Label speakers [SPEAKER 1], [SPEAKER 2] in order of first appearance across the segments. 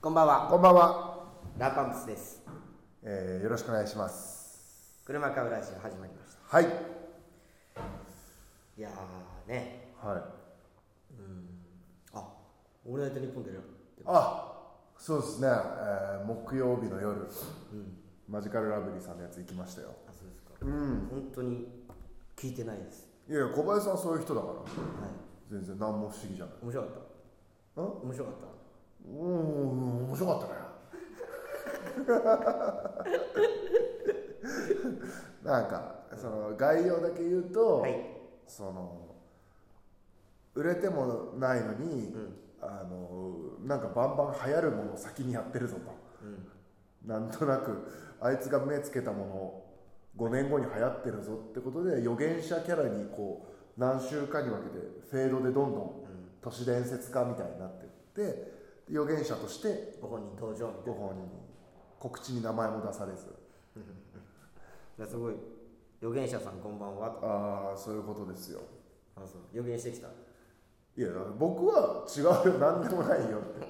[SPEAKER 1] こんばんは。
[SPEAKER 2] こんばんは、
[SPEAKER 1] ラパンプスです。
[SPEAKER 2] えーよろしくお願いします
[SPEAKER 1] 車買うラジオ始まりました。
[SPEAKER 2] はい
[SPEAKER 1] いやーね。
[SPEAKER 2] はい
[SPEAKER 1] あ、オールナイトニッポンでる。
[SPEAKER 2] あそうですね、えー木曜日の夜、マジカルラブリーさんのやつ行きましたよ
[SPEAKER 1] あ、そうですか。うん。本当に聞いてないです。
[SPEAKER 2] いやいや小林さんはそういう人だから
[SPEAKER 1] はい。
[SPEAKER 2] 全然何も不思議じゃない
[SPEAKER 1] 面白かった。
[SPEAKER 2] ん
[SPEAKER 1] 面白かった。
[SPEAKER 2] うーん面白かったね なんかその概要だけ言うと、
[SPEAKER 1] はい
[SPEAKER 2] その売れてもないのに、あのなんかバンバン流行るものを先にやってるぞと、なんとなくあいつが目つけたもの5年後に流行ってるぞってことで予言者キャラにこう何週間に分けてフェードでどんどん都市伝説家みたいになってってで予言者として
[SPEAKER 1] ご本人登場みた
[SPEAKER 2] ご
[SPEAKER 1] いな。
[SPEAKER 2] 本人に告知に名前も出されず
[SPEAKER 1] いやすごい。預言者さんこんばんはと。
[SPEAKER 2] ああそういうことですよ
[SPEAKER 1] あ、そう。予言してきた。あ
[SPEAKER 2] いやだから僕は違うよ何でもないよって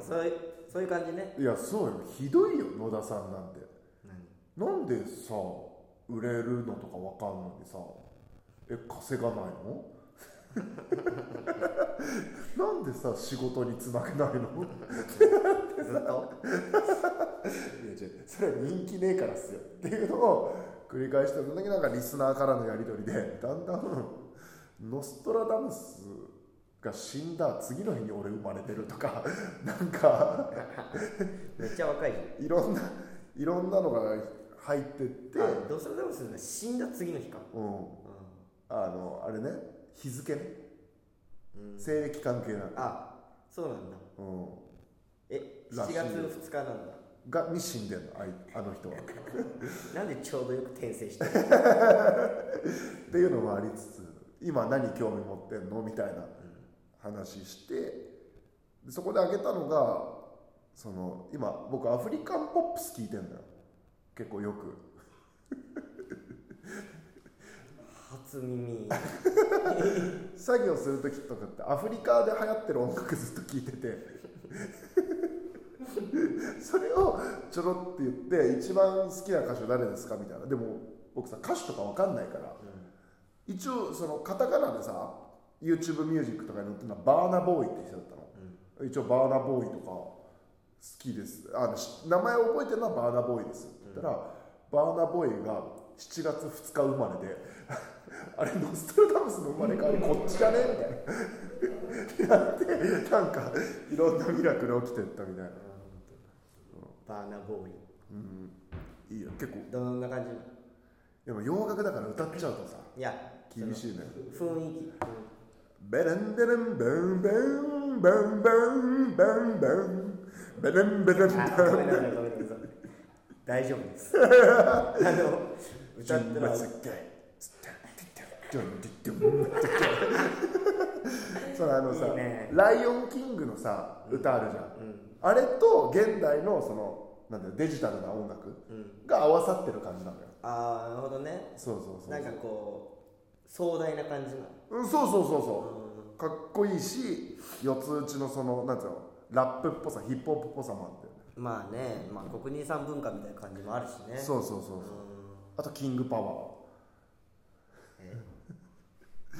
[SPEAKER 1] そういう、そういう感じね。
[SPEAKER 2] いやそうよひどいよ野田さんなんて
[SPEAKER 1] 何
[SPEAKER 2] なんでさ売れるのとかわかんのにさえ稼がない のなんでさ仕事につなげないのい
[SPEAKER 1] ずっと。
[SPEAKER 2] やじゃそれは人気ねえからっすよっていうのを繰り返してたんだけどなんかリスナーからのやり取りでだんだんノストラダムスが死んだ次の日に俺生まれてるとかなんか
[SPEAKER 1] めっちゃ若いじゃん。
[SPEAKER 2] いろんないろんなのが入ってって、
[SPEAKER 1] あどうするでもするね死んだ次の日か。
[SPEAKER 2] うん
[SPEAKER 1] う
[SPEAKER 2] あのあれね日付ね、
[SPEAKER 1] う
[SPEAKER 2] 西暦関係なく
[SPEAKER 1] ん、あ、そうなんだ。
[SPEAKER 2] うん、
[SPEAKER 1] え、
[SPEAKER 2] らし
[SPEAKER 1] 7
[SPEAKER 2] い
[SPEAKER 1] 月2日なんだ。
[SPEAKER 2] がに死んでんのあいあの人は
[SPEAKER 1] なんでちょうどよく転生してる
[SPEAKER 2] っていうのもありつつ今何興味持ってんのみたいな話してでそこで挙げたのがその今僕アフリカンポップス聞いてんだよ結構よく
[SPEAKER 1] 初耳
[SPEAKER 2] 作業する時とかってアフリカで流行ってる音楽ずっと聴いてて それをちょろって言って一番好きな歌手誰ですかみたいなでも僕さ歌手とかわかんないから、一応そのカタカナでさ YouTube ミュージックとかに載ってるのはバーナボーイって人だったの、一応バーナボーイとか好きですあのし名前を覚えてるのはバーナボーイですって言ったら、バーナボーイが7月2日生まれであれノストラダムスの生まれ変わりこっちかねみたいなってなってなんかいろんなミラクル起きてったみたいな、
[SPEAKER 1] バーナボーイ
[SPEAKER 2] うん、いいよ結構
[SPEAKER 1] どんな感じ
[SPEAKER 2] でも洋楽だから歌っちゃうとさ
[SPEAKER 1] いや
[SPEAKER 2] 厳しいね
[SPEAKER 1] その雰囲気
[SPEAKER 2] ベレンベレンベンベンベンベンベンベンベレンベレンベン
[SPEAKER 1] あごめんなさいごめんなさい大丈夫です あの歌ってのは
[SPEAKER 2] そのあのさ
[SPEAKER 1] いいね
[SPEAKER 2] ライオンキング」のさ歌あるじゃん、あれと現代のそのなんだよデジタルな音楽が合わさってる感じなのよ
[SPEAKER 1] ああなるほどね
[SPEAKER 2] そうそうそう
[SPEAKER 1] なんかこう壮大な感じなの
[SPEAKER 2] うん、そうそうそうそうかっこいいし四つ打ちのそのなんつうのラップっぽさヒップホップっぽさもあって、
[SPEAKER 1] まあねまあ国人さん文化みたいな感じもあるしね
[SPEAKER 2] そうそうそうそうあとキングパワー
[SPEAKER 1] え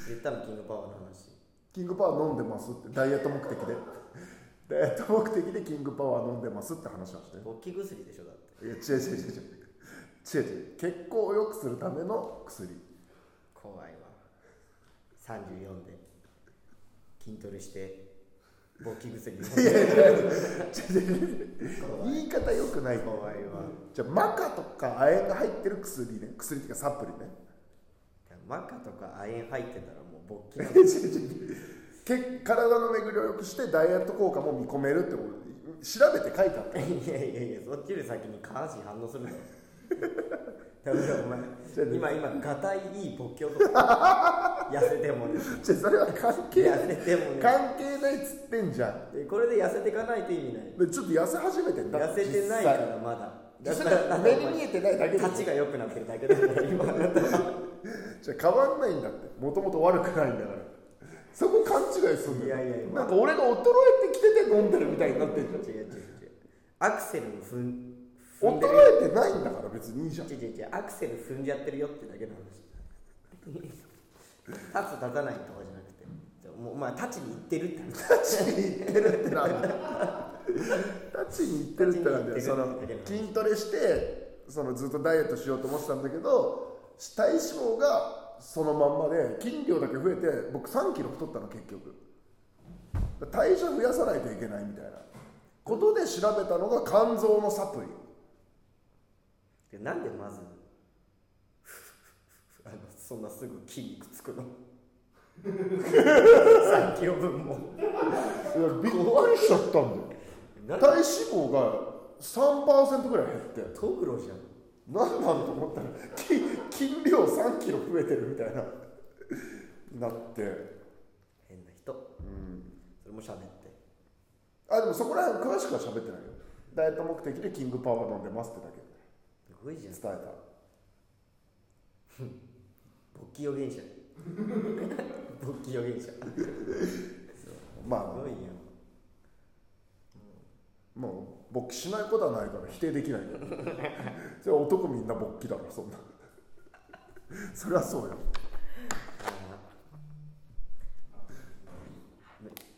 [SPEAKER 1] 言ったのキングパワーの話
[SPEAKER 2] キングパワー飲んでますってダイエット目的で ダイエット目的でキングパワー飲んでますって話をして
[SPEAKER 1] 勃起薬でしょだって
[SPEAKER 2] いや違う違う違う違う違う違う血行を良くするための薬
[SPEAKER 1] 怖いわ34で筋トレして勃起薬飲んで
[SPEAKER 2] 言い方良くない
[SPEAKER 1] 怖いわ
[SPEAKER 2] じゃあマカとか亜鉛が入ってる薬ね薬っていうかサプリね
[SPEAKER 1] マカとか亜鉛入ってたらもう勃起 なの
[SPEAKER 2] 血体の巡りを良くしてダイエット効果も見込めるってこと調べて書いて あった
[SPEAKER 1] いやいやいやそっちより先に下半身反応するの ダメだお前今今ガタイいい勃起男痩せてもね
[SPEAKER 2] じゃあそれは関係ない
[SPEAKER 1] 痩せてもね
[SPEAKER 2] 関係ないっつってんじゃん
[SPEAKER 1] これで痩せていかないと意味ない
[SPEAKER 2] でちょっと痩せ始めてんだ
[SPEAKER 1] 痩せてないからまだ
[SPEAKER 2] 痩せた目に見えてないだけで
[SPEAKER 1] 立ちが良くなってるだけだから 今あなた
[SPEAKER 2] じゃあ変わんないんだってもともと悪くないんだからそこ勘違いすんだ
[SPEAKER 1] い
[SPEAKER 2] よ
[SPEAKER 1] やいやいや
[SPEAKER 2] なんか俺が衰えてきてて飲んでるみたいになってんじゃん
[SPEAKER 1] 違う違うアクセルを踏ん踏んでるよ
[SPEAKER 2] 衰えてないんだから別にいいじゃん
[SPEAKER 1] 違う違う違うアクセル踏んじゃってるよってだけの話立つ立たないとかじゃなくてもうまあ立ちに行ってるって話
[SPEAKER 2] 立ちに行ってるってなんだよ立ちに行ってるってなんだ
[SPEAKER 1] 立
[SPEAKER 2] よ
[SPEAKER 1] ち
[SPEAKER 2] そ
[SPEAKER 1] に行
[SPEAKER 2] の
[SPEAKER 1] ってるって
[SPEAKER 2] 筋トレしてそのずっとダイエットしようと思ってたんだけど体脂肪がそのまんまで筋量だけ増えて僕3キロ太ったの結局体重増やさないといけないみたいなことで調べたのが肝臓のサプリ
[SPEAKER 1] でなんでまずあのそんなすぐ筋肉つくの3キロ分も
[SPEAKER 2] いやびっくりしちゃったんだよ
[SPEAKER 1] なん
[SPEAKER 2] 体脂肪が3%ぐらい減って
[SPEAKER 1] トグロじゃん
[SPEAKER 2] 何なんだと思ったら筋筋量3キロ増えてるみたいななって
[SPEAKER 1] 変な人、それも喋って
[SPEAKER 2] あでもそこら辺詳しくは喋ってないよダイエット目的でキングパワー飲んでますってだけ
[SPEAKER 1] すごいじゃん
[SPEAKER 2] 伝え
[SPEAKER 1] 勃起予言者勃起予言者す
[SPEAKER 2] たま
[SPEAKER 1] ごい
[SPEAKER 2] あ
[SPEAKER 1] よ
[SPEAKER 2] もう勃起しないことはないから否定できないよ それは男みんな勃起だろそんな そりゃそうよ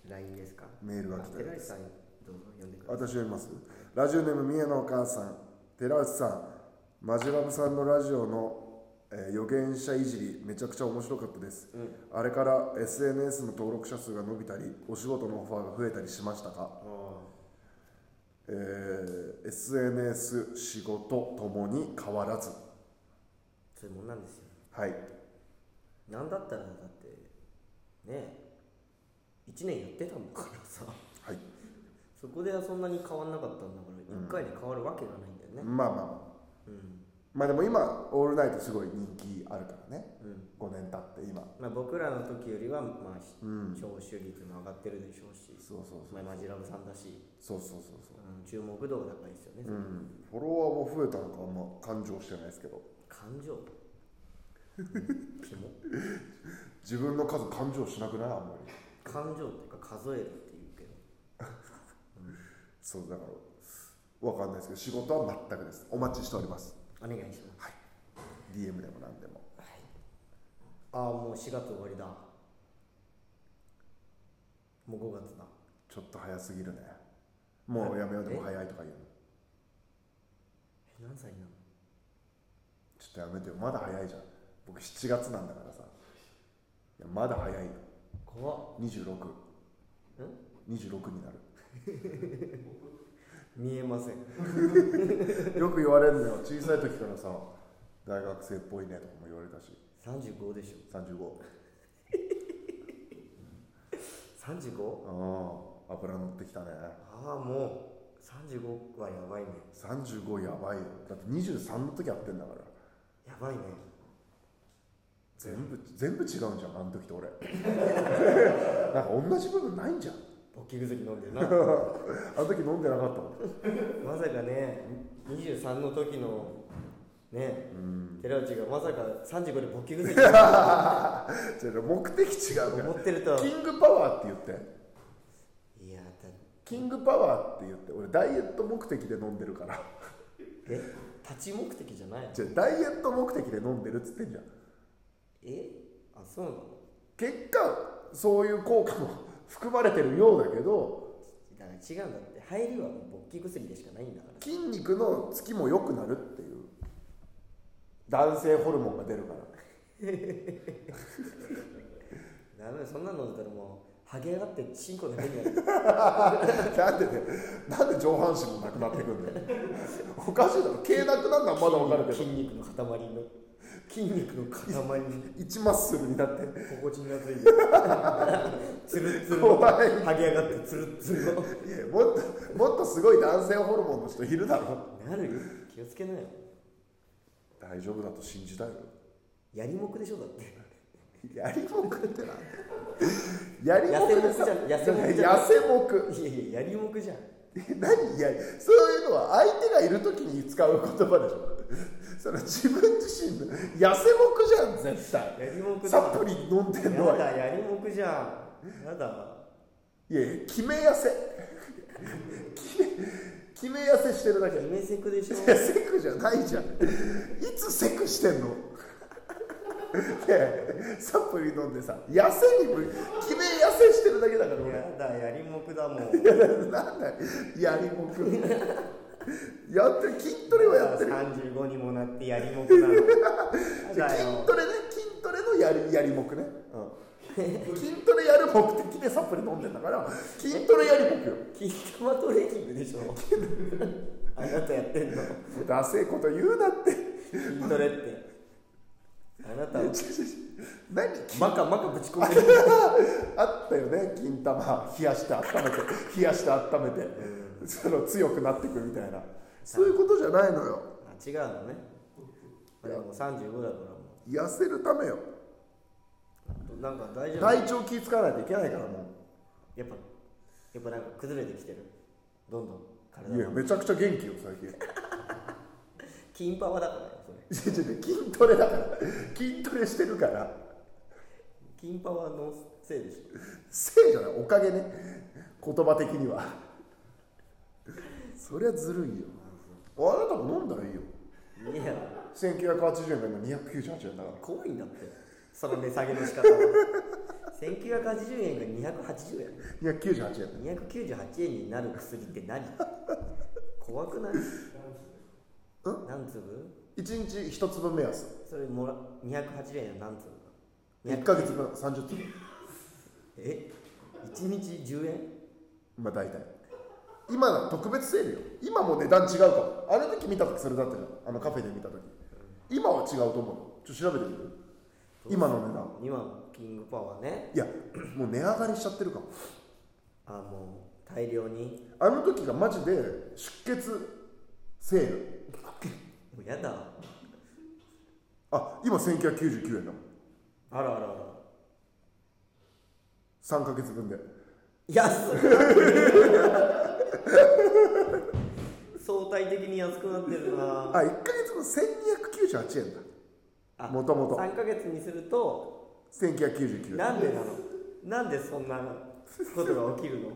[SPEAKER 1] め LINE ですか
[SPEAKER 2] メールが来たよ
[SPEAKER 1] 寺内さんどうぞ呼んでください
[SPEAKER 2] 私読みますラジオネーム三重のお母さん寺内さんマジラブさんのラジオの、えー予言者いじりめちゃくちゃ面白かったです、あれから SNS の登録者数が伸びたりお仕事のオファーが増えたりしましたか、えー SNS 仕事ともに変わらず
[SPEAKER 1] そういうもんなんですよ
[SPEAKER 2] はい
[SPEAKER 1] なんだったらだってねえ1年やってたんだからさ
[SPEAKER 2] はい
[SPEAKER 1] そこではそんなに変わんなかったんだから1回で変わるわけがないんだよね、
[SPEAKER 2] まあまあまあまあでも今オールナイトすごい人気あるからね、5年経って今
[SPEAKER 1] まあ、僕らの時よりは、まあし聴取率も上がってるでしょうし、
[SPEAKER 2] そうそうそ
[SPEAKER 1] ま
[SPEAKER 2] う
[SPEAKER 1] あ、マジラブさんだし、
[SPEAKER 2] そうそうそうそう
[SPEAKER 1] うん、注目度が高いですよね、
[SPEAKER 2] うんフォロワーも増えたのかあんま感情してないですけど
[SPEAKER 1] 感情キモ
[SPEAKER 2] 自分の数感情しなくないあんまり
[SPEAKER 1] 感情っていうか数えるっていうけど
[SPEAKER 2] そうだからわかんないですけど仕事は全くですお待ちしております
[SPEAKER 1] お願いします、はい
[SPEAKER 2] DM でも何でも
[SPEAKER 1] ああもう4月終わりだもう5月だ
[SPEAKER 2] ちょっと早すぎるねもうやめようでも早いとか言うの
[SPEAKER 1] え何歳なの
[SPEAKER 2] ちょっとやめてよまだ早いじゃん僕7月なんだからさいやまだ早いよ
[SPEAKER 1] 怖っ
[SPEAKER 2] 2626になる
[SPEAKER 1] 見えません
[SPEAKER 2] よく言われるのよ小さい時からさ大学生っぽいねとかも言われたし
[SPEAKER 1] 35でしょ
[SPEAKER 2] 35
[SPEAKER 1] 35?
[SPEAKER 2] うん油乗ってきたね
[SPEAKER 1] ああもう35はやばいね
[SPEAKER 2] 35やばいよだって23の時やってんだから
[SPEAKER 1] やばいね
[SPEAKER 2] 全部全部違うんじゃんあの時と俺 なんか同じ部分ないんじゃん
[SPEAKER 1] 勃起薬飲んでるな
[SPEAKER 2] あの時飲んでなかったもん
[SPEAKER 1] まさかね23の時のね寺内がまさか35で勃起薬飲んでる
[SPEAKER 2] じゃあ目的違う
[SPEAKER 1] と思
[SPEAKER 2] か
[SPEAKER 1] ってると
[SPEAKER 2] ら キングパワーって言って
[SPEAKER 1] いやだ
[SPEAKER 2] キングパワーって言って俺ダイエット目的で飲んでるから
[SPEAKER 1] え立ち目的じゃないの
[SPEAKER 2] じゃあダイエット目的で飲んでるっつってんじゃん
[SPEAKER 1] えあそうなの
[SPEAKER 2] 結果そういう効果も 含まれてるようだけど
[SPEAKER 1] だから違うんだって入りはもう勃起薬でしかないんだから
[SPEAKER 2] 筋肉のつきも良くなるっていう男性ホルモンが出るから
[SPEAKER 1] ダメそんなのだったらもうハゲ上がってチンコだけにな る
[SPEAKER 2] なんでね、なんで上半身もなくなってくんだよ。おかしいだろ、毛なくなんのはまだわかるけ
[SPEAKER 1] 筋
[SPEAKER 2] ど、
[SPEAKER 1] 肉の塊の筋肉の塊に
[SPEAKER 2] 一マッスルになって、
[SPEAKER 1] 心地がつ いてるつるつるの
[SPEAKER 2] 怖い
[SPEAKER 1] 剥げ上がってつるつるの
[SPEAKER 2] いや、もっと、もっとすごい男性ホルモンの人いるだろ。
[SPEAKER 1] なるよ気をつけなよ
[SPEAKER 2] 大丈夫だと信じたいよ。
[SPEAKER 1] やりもくでしょだって
[SPEAKER 2] やりもくってな。やりもくでさ
[SPEAKER 1] 痩せもくじゃん
[SPEAKER 2] 痩せもく。
[SPEAKER 1] いやいややりもくじゃん
[SPEAKER 2] 何や、そういうのは相手がいるときに使う言葉でしょ。それ自分自身の痩せもくじゃん絶対
[SPEAKER 1] やりもくだ
[SPEAKER 2] サプリ飲んでんのは
[SPEAKER 1] やだ やりもくじゃんやだ
[SPEAKER 2] いやいや決め痩せ決め痩せしてるだけい
[SPEAKER 1] 決めセクでしょ
[SPEAKER 2] やセクじゃないじゃんいつセクしてんのでサプリ飲んでさ痩せにも決め痩せしてるだけだから俺
[SPEAKER 1] やだやりもくだもん
[SPEAKER 2] なんだよやりもくやってる筋トレはやってる
[SPEAKER 1] 35にもなってやりもくなの
[SPEAKER 2] じゃあ
[SPEAKER 1] だ
[SPEAKER 2] 筋
[SPEAKER 1] よ
[SPEAKER 2] トレね筋トレのやりやりもくね筋トレやる目的でサプリ飲んでんだから筋トレやりもくよ
[SPEAKER 1] 金玉トレーニングでしょあなたやってんの
[SPEAKER 2] ダセえこと言うなって
[SPEAKER 1] 筋トレってあなたは
[SPEAKER 2] 何
[SPEAKER 1] バカバカぶち込んでる
[SPEAKER 2] あったよね金玉冷やして温めて冷やして温めてその強くなってくみたいなそういうことじゃないのよ
[SPEAKER 1] あ違うのねあでも35だからも
[SPEAKER 2] 痩せるためよ
[SPEAKER 1] うなんか大丈夫
[SPEAKER 2] 体調気使わないといけないからも
[SPEAKER 1] やっぱやっぱなんか崩れてきてるどんどん体
[SPEAKER 2] ういや
[SPEAKER 1] が
[SPEAKER 2] めちゃくちゃ元気よ最近
[SPEAKER 1] 金パワだからよそれ
[SPEAKER 2] いやいやいや筋トレだから筋トレしてるから
[SPEAKER 1] 金パワのせいでしょ
[SPEAKER 2] せいじゃないおかげね言葉的にはそりゃずるいよあなたも飲んだらいいよ
[SPEAKER 1] いや
[SPEAKER 2] 1980円が今298円だから
[SPEAKER 1] 怖いんだってその値下げの仕方は 1980円が280円
[SPEAKER 2] 298円
[SPEAKER 1] 298円になる薬って何怖くない何粒
[SPEAKER 2] 1日1粒目安
[SPEAKER 1] それもら280円は何粒
[SPEAKER 2] 1ヶ月分30粒
[SPEAKER 1] え一1日10円
[SPEAKER 2] まあ大体今の特別セールよ今も値段違うかもあの時見た時それだったじゃんあのカフェで見た時今は違うと思うよちょっと調べてみる今の値段
[SPEAKER 1] 今のキングパワーね
[SPEAKER 2] いやもう値上がりしちゃってるかも
[SPEAKER 1] あもう大量に
[SPEAKER 2] あの時がマジで出血セール
[SPEAKER 1] もうやだ
[SPEAKER 2] あ今1999円だもん
[SPEAKER 1] あらあらあら
[SPEAKER 2] 3ヶ月分で
[SPEAKER 1] 安く相対的に安くなってる
[SPEAKER 2] あ
[SPEAKER 1] な
[SPEAKER 2] 1ヶ月分1298円だ
[SPEAKER 1] あ
[SPEAKER 2] もともと
[SPEAKER 1] 3ヶ月にすると
[SPEAKER 2] 1999円
[SPEAKER 1] なんでなのなんでそんなことが起きるの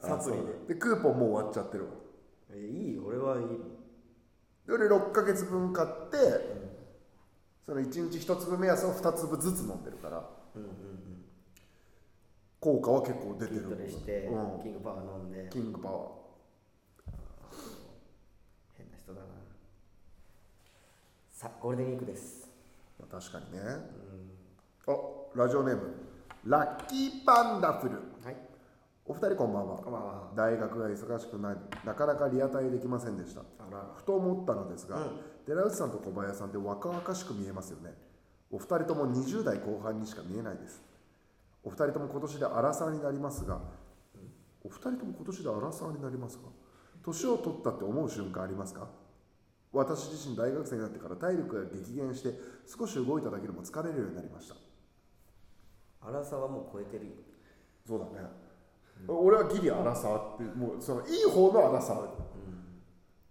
[SPEAKER 1] サ
[SPEAKER 2] あ
[SPEAKER 1] プリ
[SPEAKER 2] そうでクーポンもう終わっちゃってるわ
[SPEAKER 1] でえいいよ俺はいいもん
[SPEAKER 2] で俺6ヶ月分買って、その1日1粒目安を2粒ずつ飲んでるから、効果は結構出て
[SPEAKER 1] 筋
[SPEAKER 2] る
[SPEAKER 1] トレして、
[SPEAKER 2] うん
[SPEAKER 1] キングパワー飲んで
[SPEAKER 2] キングパワー
[SPEAKER 1] 変な人だなさゴールデンウィークです
[SPEAKER 2] まあ確かにね、あラジオネームラッキーパンダフル
[SPEAKER 1] はい
[SPEAKER 2] お二人こんばんは
[SPEAKER 1] こんばんは
[SPEAKER 2] 大学が忙しくなりなかなかリアタイできませんでした
[SPEAKER 1] あら
[SPEAKER 2] ふと思ったのですが、寺内さんと小林さんって若々しく見えますよねお二人とも20代後半にしか見えないですお二人とも今年でアラサーになりますがお二人とも今年でアラサーになりますか年を取ったって思う瞬間ありますか私自身大学生になってから体力が激減して少し動いただけでも疲れるようになりました
[SPEAKER 1] 荒さはもう超えてるよ
[SPEAKER 2] そうだね、俺はギリアラサーってもうそのいい方のアラサー、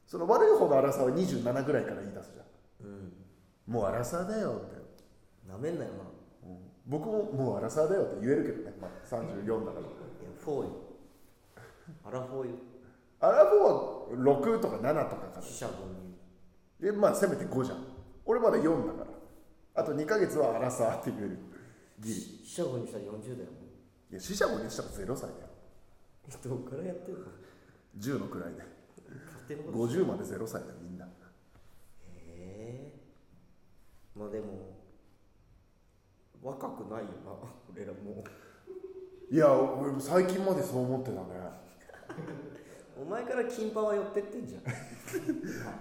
[SPEAKER 2] その悪い方のアラサーは27ぐらいから言い出すじゃん、もうアラサーだよみたいな、
[SPEAKER 1] なめんなよな
[SPEAKER 2] 僕ももうアラサーだよって言えるけどね、まあ、34だか
[SPEAKER 1] いやフォーよアラフォーよ
[SPEAKER 2] らアラフォーは6とか7とかかな
[SPEAKER 1] 死者分入
[SPEAKER 2] でまあせめて5じゃん俺まだ4だからあと2ヶ月はアラサーって言えるギリ
[SPEAKER 1] 死者分入したら40だよ
[SPEAKER 2] いや死者もにしたら0歳だよ
[SPEAKER 1] どっからやってるの
[SPEAKER 2] 10のくらいで
[SPEAKER 1] 勝手なこと
[SPEAKER 2] 50まで0歳だよみんな
[SPEAKER 1] へえまあでも若くないよ な俺らもう
[SPEAKER 2] いや俺も最近までそう思ってたね
[SPEAKER 1] お前から金パワー寄ってってんじゃん
[SPEAKER 2] い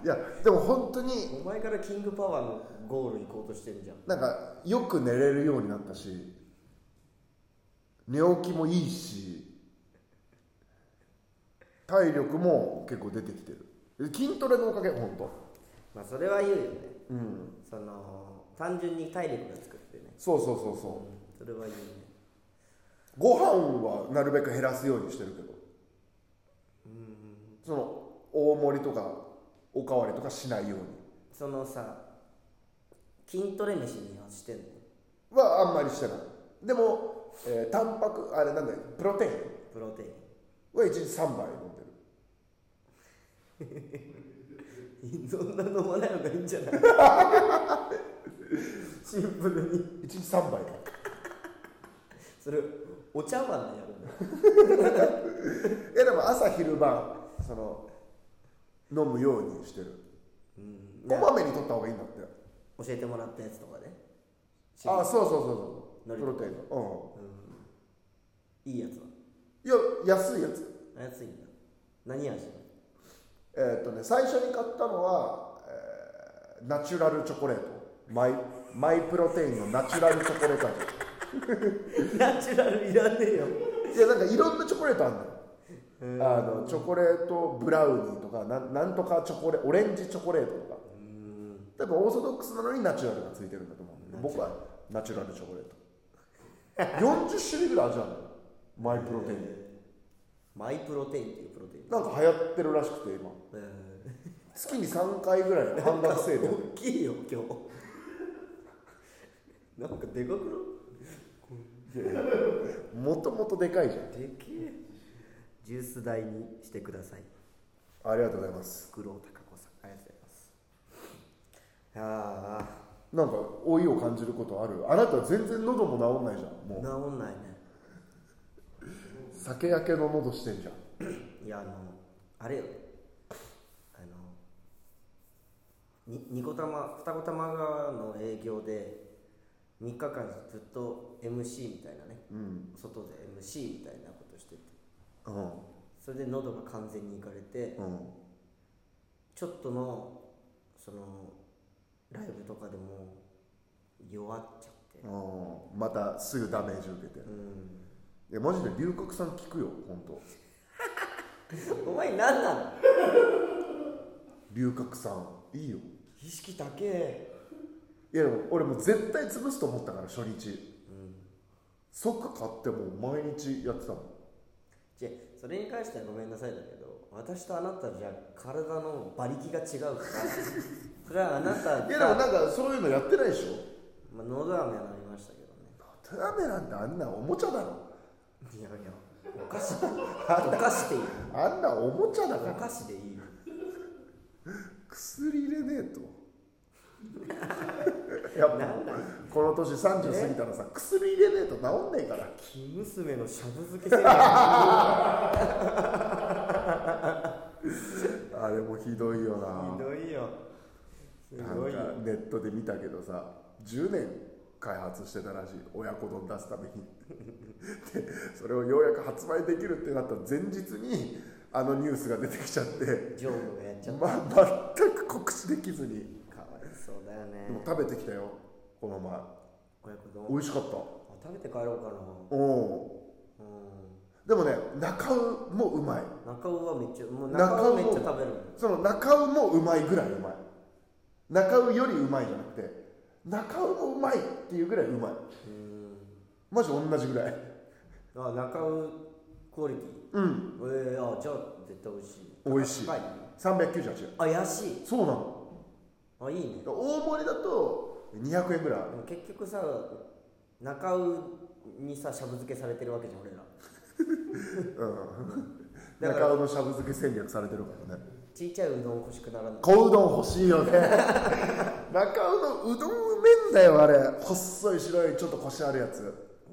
[SPEAKER 2] やでも本当に
[SPEAKER 1] お前からキングパワーのゴール行こうとしてんじゃん
[SPEAKER 2] なんかよく寝れるようになったし寝起きもいいし体力も結構出てきてる筋トレのおかげ本当
[SPEAKER 1] まあそれは言うよね
[SPEAKER 2] うん
[SPEAKER 1] その単純に体力がつくってね
[SPEAKER 2] そうそうそうそ
[SPEAKER 1] それは言うね
[SPEAKER 2] うご飯はなるべく減らすようにしてるけどその大盛りとかおかわりとかしないように
[SPEAKER 1] そのさ筋トレ飯にはしてんの
[SPEAKER 2] はあんまりしてないでも、えータンパクあれなんだよプロテイン
[SPEAKER 1] プロテイン
[SPEAKER 2] は1日3杯飲んで る
[SPEAKER 1] そんな飲まない方がいいんじゃない シンプルに
[SPEAKER 2] 1日3杯か
[SPEAKER 1] それお茶碗でやるんだ
[SPEAKER 2] えでも朝昼晩その飲むようにしてる
[SPEAKER 1] うん
[SPEAKER 2] こまめに取った方がいいんだって
[SPEAKER 1] 教えてもらったやつとかね
[SPEAKER 2] あそうそうそうそ
[SPEAKER 1] 海
[SPEAKER 2] う
[SPEAKER 1] 苔
[SPEAKER 2] プロテインの
[SPEAKER 1] いいやつは
[SPEAKER 2] うんいや安いやつ
[SPEAKER 1] 安いんだ何味
[SPEAKER 2] えーっとね最初に買ったのは、えーナチュラルチョコレートマイマイプロテインのナチュラルチョコレート味
[SPEAKER 1] ナチュラルいらねえよ
[SPEAKER 2] いやなんかいろんなチョコレートあるのよあのチョコレートブラウニーとかなんなんとかチョコレオレンジチョコレートとか多分オーソドックスなのにナチュラルがついてるんだと思うんで僕はナチュラルチョコレート40種類ぐらい味あるのよマイプロテイン、
[SPEAKER 1] マイプロテインっていうプロテイン
[SPEAKER 2] なんか流行ってるらしくて今
[SPEAKER 1] うん
[SPEAKER 2] 月に3回ぐらい半額セールやってる
[SPEAKER 1] 大きいよ今日なんかでかく
[SPEAKER 2] もともとでかいじゃ
[SPEAKER 1] ないでけえジュース代にしてください
[SPEAKER 2] んありがとうございます
[SPEAKER 1] 黒尾高子さんありがとうございますああ
[SPEAKER 2] なんか老いを感じることあるあなた全然喉も治んないじゃんもう
[SPEAKER 1] 治んないね
[SPEAKER 2] 酒焼けの喉してんじゃん
[SPEAKER 1] いやあのあれよあのに二子玉二子玉川の営業で3日間ずっと MC みたいなね
[SPEAKER 2] うん
[SPEAKER 1] 外で MC みたいなことしてて
[SPEAKER 2] うん
[SPEAKER 1] それで喉が完全にいかれて
[SPEAKER 2] うん
[SPEAKER 1] ちょっとのそのライブとかでも弱っちゃって
[SPEAKER 2] うんまたすぐダメージ受けて
[SPEAKER 1] うん
[SPEAKER 2] いやマジで龍角さん聞くよ本当
[SPEAKER 1] お前何なの
[SPEAKER 2] 龍角さんいいよ
[SPEAKER 1] 意識高え
[SPEAKER 2] いやでも俺もう絶対潰すと思ったから初日
[SPEAKER 1] うん
[SPEAKER 2] 即買ってもう毎日やってたもん
[SPEAKER 1] じゃそれに関してはごめんなさいだけど私とあなたじゃ体の馬力が違うから それはあなた
[SPEAKER 2] いやでも
[SPEAKER 1] が、
[SPEAKER 2] なんかそういうのやってないでしょ
[SPEAKER 1] まあ、喉飴はなりましたけど
[SPEAKER 2] ダメなんてあんなおもちゃだろ
[SPEAKER 1] ねいやいやお菓子お菓子でいい
[SPEAKER 2] あんなおもちゃだか
[SPEAKER 1] お
[SPEAKER 2] ら
[SPEAKER 1] 菓子でいい
[SPEAKER 2] 薬入れね えとやっぱ
[SPEAKER 1] なんだ
[SPEAKER 2] この年30過ぎたらさ薬入れねえと治んねえから
[SPEAKER 1] 生娘のしゃぶ漬けせな
[SPEAKER 2] あれもひどいよな
[SPEAKER 1] ひどいよすごいよ
[SPEAKER 2] なんかネットで見たけどさ10年開発してたらしい親子丼出すために でそれをようやく発売できるってなった前日にあのニュースが出てきちゃって、
[SPEAKER 1] ジョームがやっちゃった、
[SPEAKER 2] ま、全く告知できずに
[SPEAKER 1] かわいそうだよね
[SPEAKER 2] でも食べてきたよこの前
[SPEAKER 1] 親子丼
[SPEAKER 2] 美味しかった
[SPEAKER 1] あ食べて帰ろうかなう
[SPEAKER 2] おでもね中尾もうま
[SPEAKER 1] ん
[SPEAKER 2] い
[SPEAKER 1] 中尾はめっちゃもう
[SPEAKER 2] 中
[SPEAKER 1] 中
[SPEAKER 2] 尾
[SPEAKER 1] 尾
[SPEAKER 2] も
[SPEAKER 1] めっちゃ食べる
[SPEAKER 2] その中尾もうまいぐらいうまい中尾よりうまいじゃなくて中尾もうまいっていうぐらいうまいマジ同じぐらい
[SPEAKER 1] のあ中尾クオリティ
[SPEAKER 2] うん
[SPEAKER 1] ええあじゃあ絶対美味しい
[SPEAKER 2] 美味しい
[SPEAKER 1] 高い
[SPEAKER 2] 398円
[SPEAKER 1] あ怪しい
[SPEAKER 2] そうなの
[SPEAKER 1] あいいね
[SPEAKER 2] 大盛りだと200円ぐらいあ
[SPEAKER 1] で
[SPEAKER 2] る
[SPEAKER 1] も結局さ中尾にさしゃぶ漬けされてるわけじゃん俺らだから
[SPEAKER 2] 中尾のしゃぶ漬け戦略されてるからね
[SPEAKER 1] ちいちゃいうどん欲しくならない
[SPEAKER 2] 小うどん欲しい よね中尾のうどんうめえんだよあれ細い白いちょっとコシあるやつ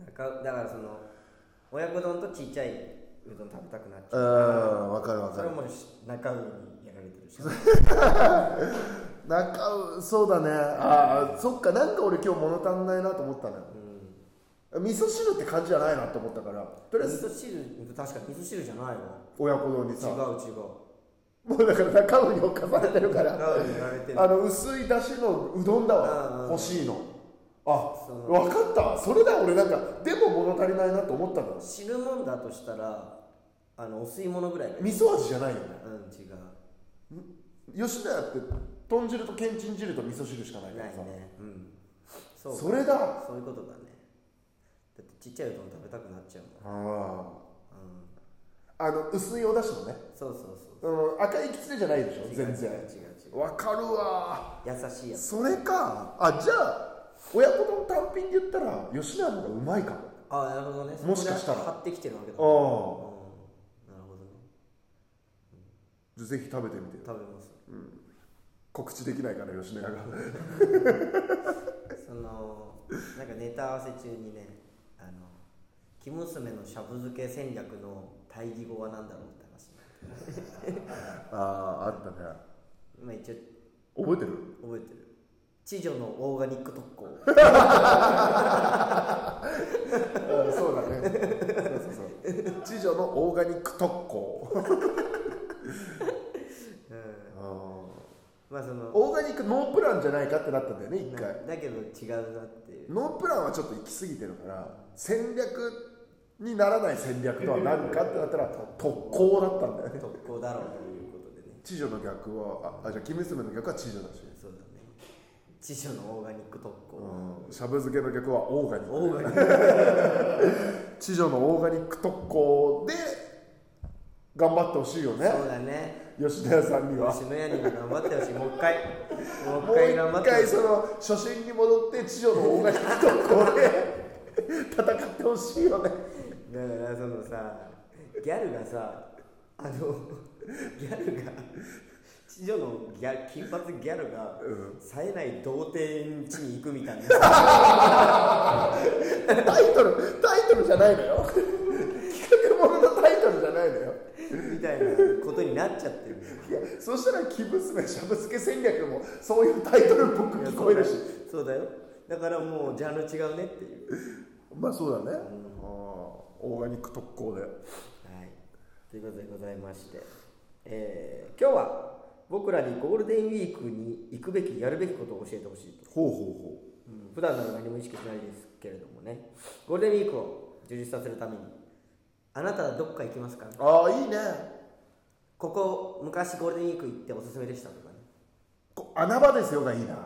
[SPEAKER 1] 中尾だからその親子丼とちいちゃいうどん食べたくなっち
[SPEAKER 2] う
[SPEAKER 1] ゃうん
[SPEAKER 2] わかるわ
[SPEAKER 1] そ
[SPEAKER 2] か
[SPEAKER 1] れ
[SPEAKER 2] る
[SPEAKER 1] もし中尾にやられてるし
[SPEAKER 2] 中尾そうだねああそっかなんか俺今日物足んないなと思ったのよ味噌汁って感じじゃないなと思ったからとりあえ
[SPEAKER 1] 味
[SPEAKER 2] ず
[SPEAKER 1] 噌汁確かに味噌汁じゃないわ
[SPEAKER 2] 親子丼に
[SPEAKER 1] 違
[SPEAKER 2] さ
[SPEAKER 1] う違う
[SPEAKER 2] もうだから中尾に置かされてるから
[SPEAKER 1] 中尾にやられてる
[SPEAKER 2] あの薄い出汁のうどんだ
[SPEAKER 1] うんうんう
[SPEAKER 2] わ
[SPEAKER 1] ん
[SPEAKER 2] 欲しいのあ
[SPEAKER 1] その
[SPEAKER 2] 分かったわそれだ俺なんかでも物足りないなと思ったの
[SPEAKER 1] 知るもんだとしたらあのお吸い物ぐらいがいい
[SPEAKER 2] 味噌味じゃないよね
[SPEAKER 1] うん違う
[SPEAKER 2] 吉田屋って豚汁とけんちん汁と味噌汁しかないか
[SPEAKER 1] な
[SPEAKER 2] ら
[SPEAKER 1] い
[SPEAKER 2] さ、
[SPEAKER 1] ねうんそ
[SPEAKER 2] それだ
[SPEAKER 1] そういうことだねだってちっちゃいうどん食べたくなっちゃうもん、
[SPEAKER 2] あ
[SPEAKER 1] うん、
[SPEAKER 2] あの薄いお出汁のね
[SPEAKER 1] そうそうそう
[SPEAKER 2] その赤いきつねじゃないでしょ
[SPEAKER 1] 違う
[SPEAKER 2] 全
[SPEAKER 1] 違
[SPEAKER 2] 然
[SPEAKER 1] う違う違う
[SPEAKER 2] 分かるわ
[SPEAKER 1] 優しいやつ
[SPEAKER 2] それかあじゃあ親子丼単品で言ったら吉田屋の方がうまいか
[SPEAKER 1] あなるほどね
[SPEAKER 2] もしかしたら
[SPEAKER 1] そこで張ってきてるわけだ
[SPEAKER 2] も
[SPEAKER 1] うんなるほどね
[SPEAKER 2] じゃあぜひ食べてみてよ
[SPEAKER 1] 食べます
[SPEAKER 2] 告知できないから吉永が
[SPEAKER 1] そのなんかネタ合わせ中にねあの「生娘のしゃぶ漬け戦略の対義語は何だろう?」って話
[SPEAKER 2] あああったね
[SPEAKER 1] 今一応
[SPEAKER 2] 覚えてる
[SPEAKER 1] 覚えてる知女のオーガニック特攻
[SPEAKER 2] そうだねそうそうそう知女のオーガニック特攻あー
[SPEAKER 1] まあその
[SPEAKER 2] オーガニックノープランじゃないかってなったんだよね一回
[SPEAKER 1] だけど違うなっていう
[SPEAKER 2] ノープランはちょっと行き過ぎてるから戦略にならない戦略とは何かってなったら特攻だったんだよね
[SPEAKER 1] 特攻だろうということでね
[SPEAKER 2] 知女の逆はああじゃあ生娘の逆は知女だし、
[SPEAKER 1] そうだね知女のオーガニック特攻
[SPEAKER 2] うん、しゃぶ漬けの逆はオーガニック
[SPEAKER 1] オーガニック
[SPEAKER 2] 知女のオーガニック特攻で頑張ってほしいよね
[SPEAKER 1] そうだね
[SPEAKER 2] 吉田屋さんには
[SPEAKER 1] 吉野家にも頑張ってほしいもう一回もう
[SPEAKER 2] も
[SPEAKER 1] 一
[SPEAKER 2] う
[SPEAKER 1] 回頑張っ
[SPEAKER 2] 一
[SPEAKER 1] てほ
[SPEAKER 2] 回
[SPEAKER 1] しい
[SPEAKER 2] その初心に戻って知女のオーガニック特攻で戦ってほしいよね
[SPEAKER 1] だからそのさギャルがさあのギャルが地上のギャ金髪ギャルが
[SPEAKER 2] う
[SPEAKER 1] 冴えない童貞ん家に行くみたいな
[SPEAKER 2] タイトルタイトルじゃないのよ企画もののタイトルじゃないのよ
[SPEAKER 1] みたいなことになっちゃってる
[SPEAKER 2] いやそしたら「生娘しゃぶ漬け戦略」もそういうタイトルっぽく 聞こえるし
[SPEAKER 1] そうだよだからもうジャンル違うねっていう
[SPEAKER 2] まあそうだね、あーオーガニック特攻で
[SPEAKER 1] はいということでございまして、えー今日は僕らにゴールデンウィークに行くべきやるべきことを教えてほしいと
[SPEAKER 2] ほうほ
[SPEAKER 1] うん普段なら何も意識しないですけれどもねゴールデンウィークを充実させるためにあなたはどっか行きますか
[SPEAKER 2] うほうああいいね
[SPEAKER 1] ここ昔ゴールデンウィーク行っておすすめでしたとかね
[SPEAKER 2] こ穴場ですよがいいな、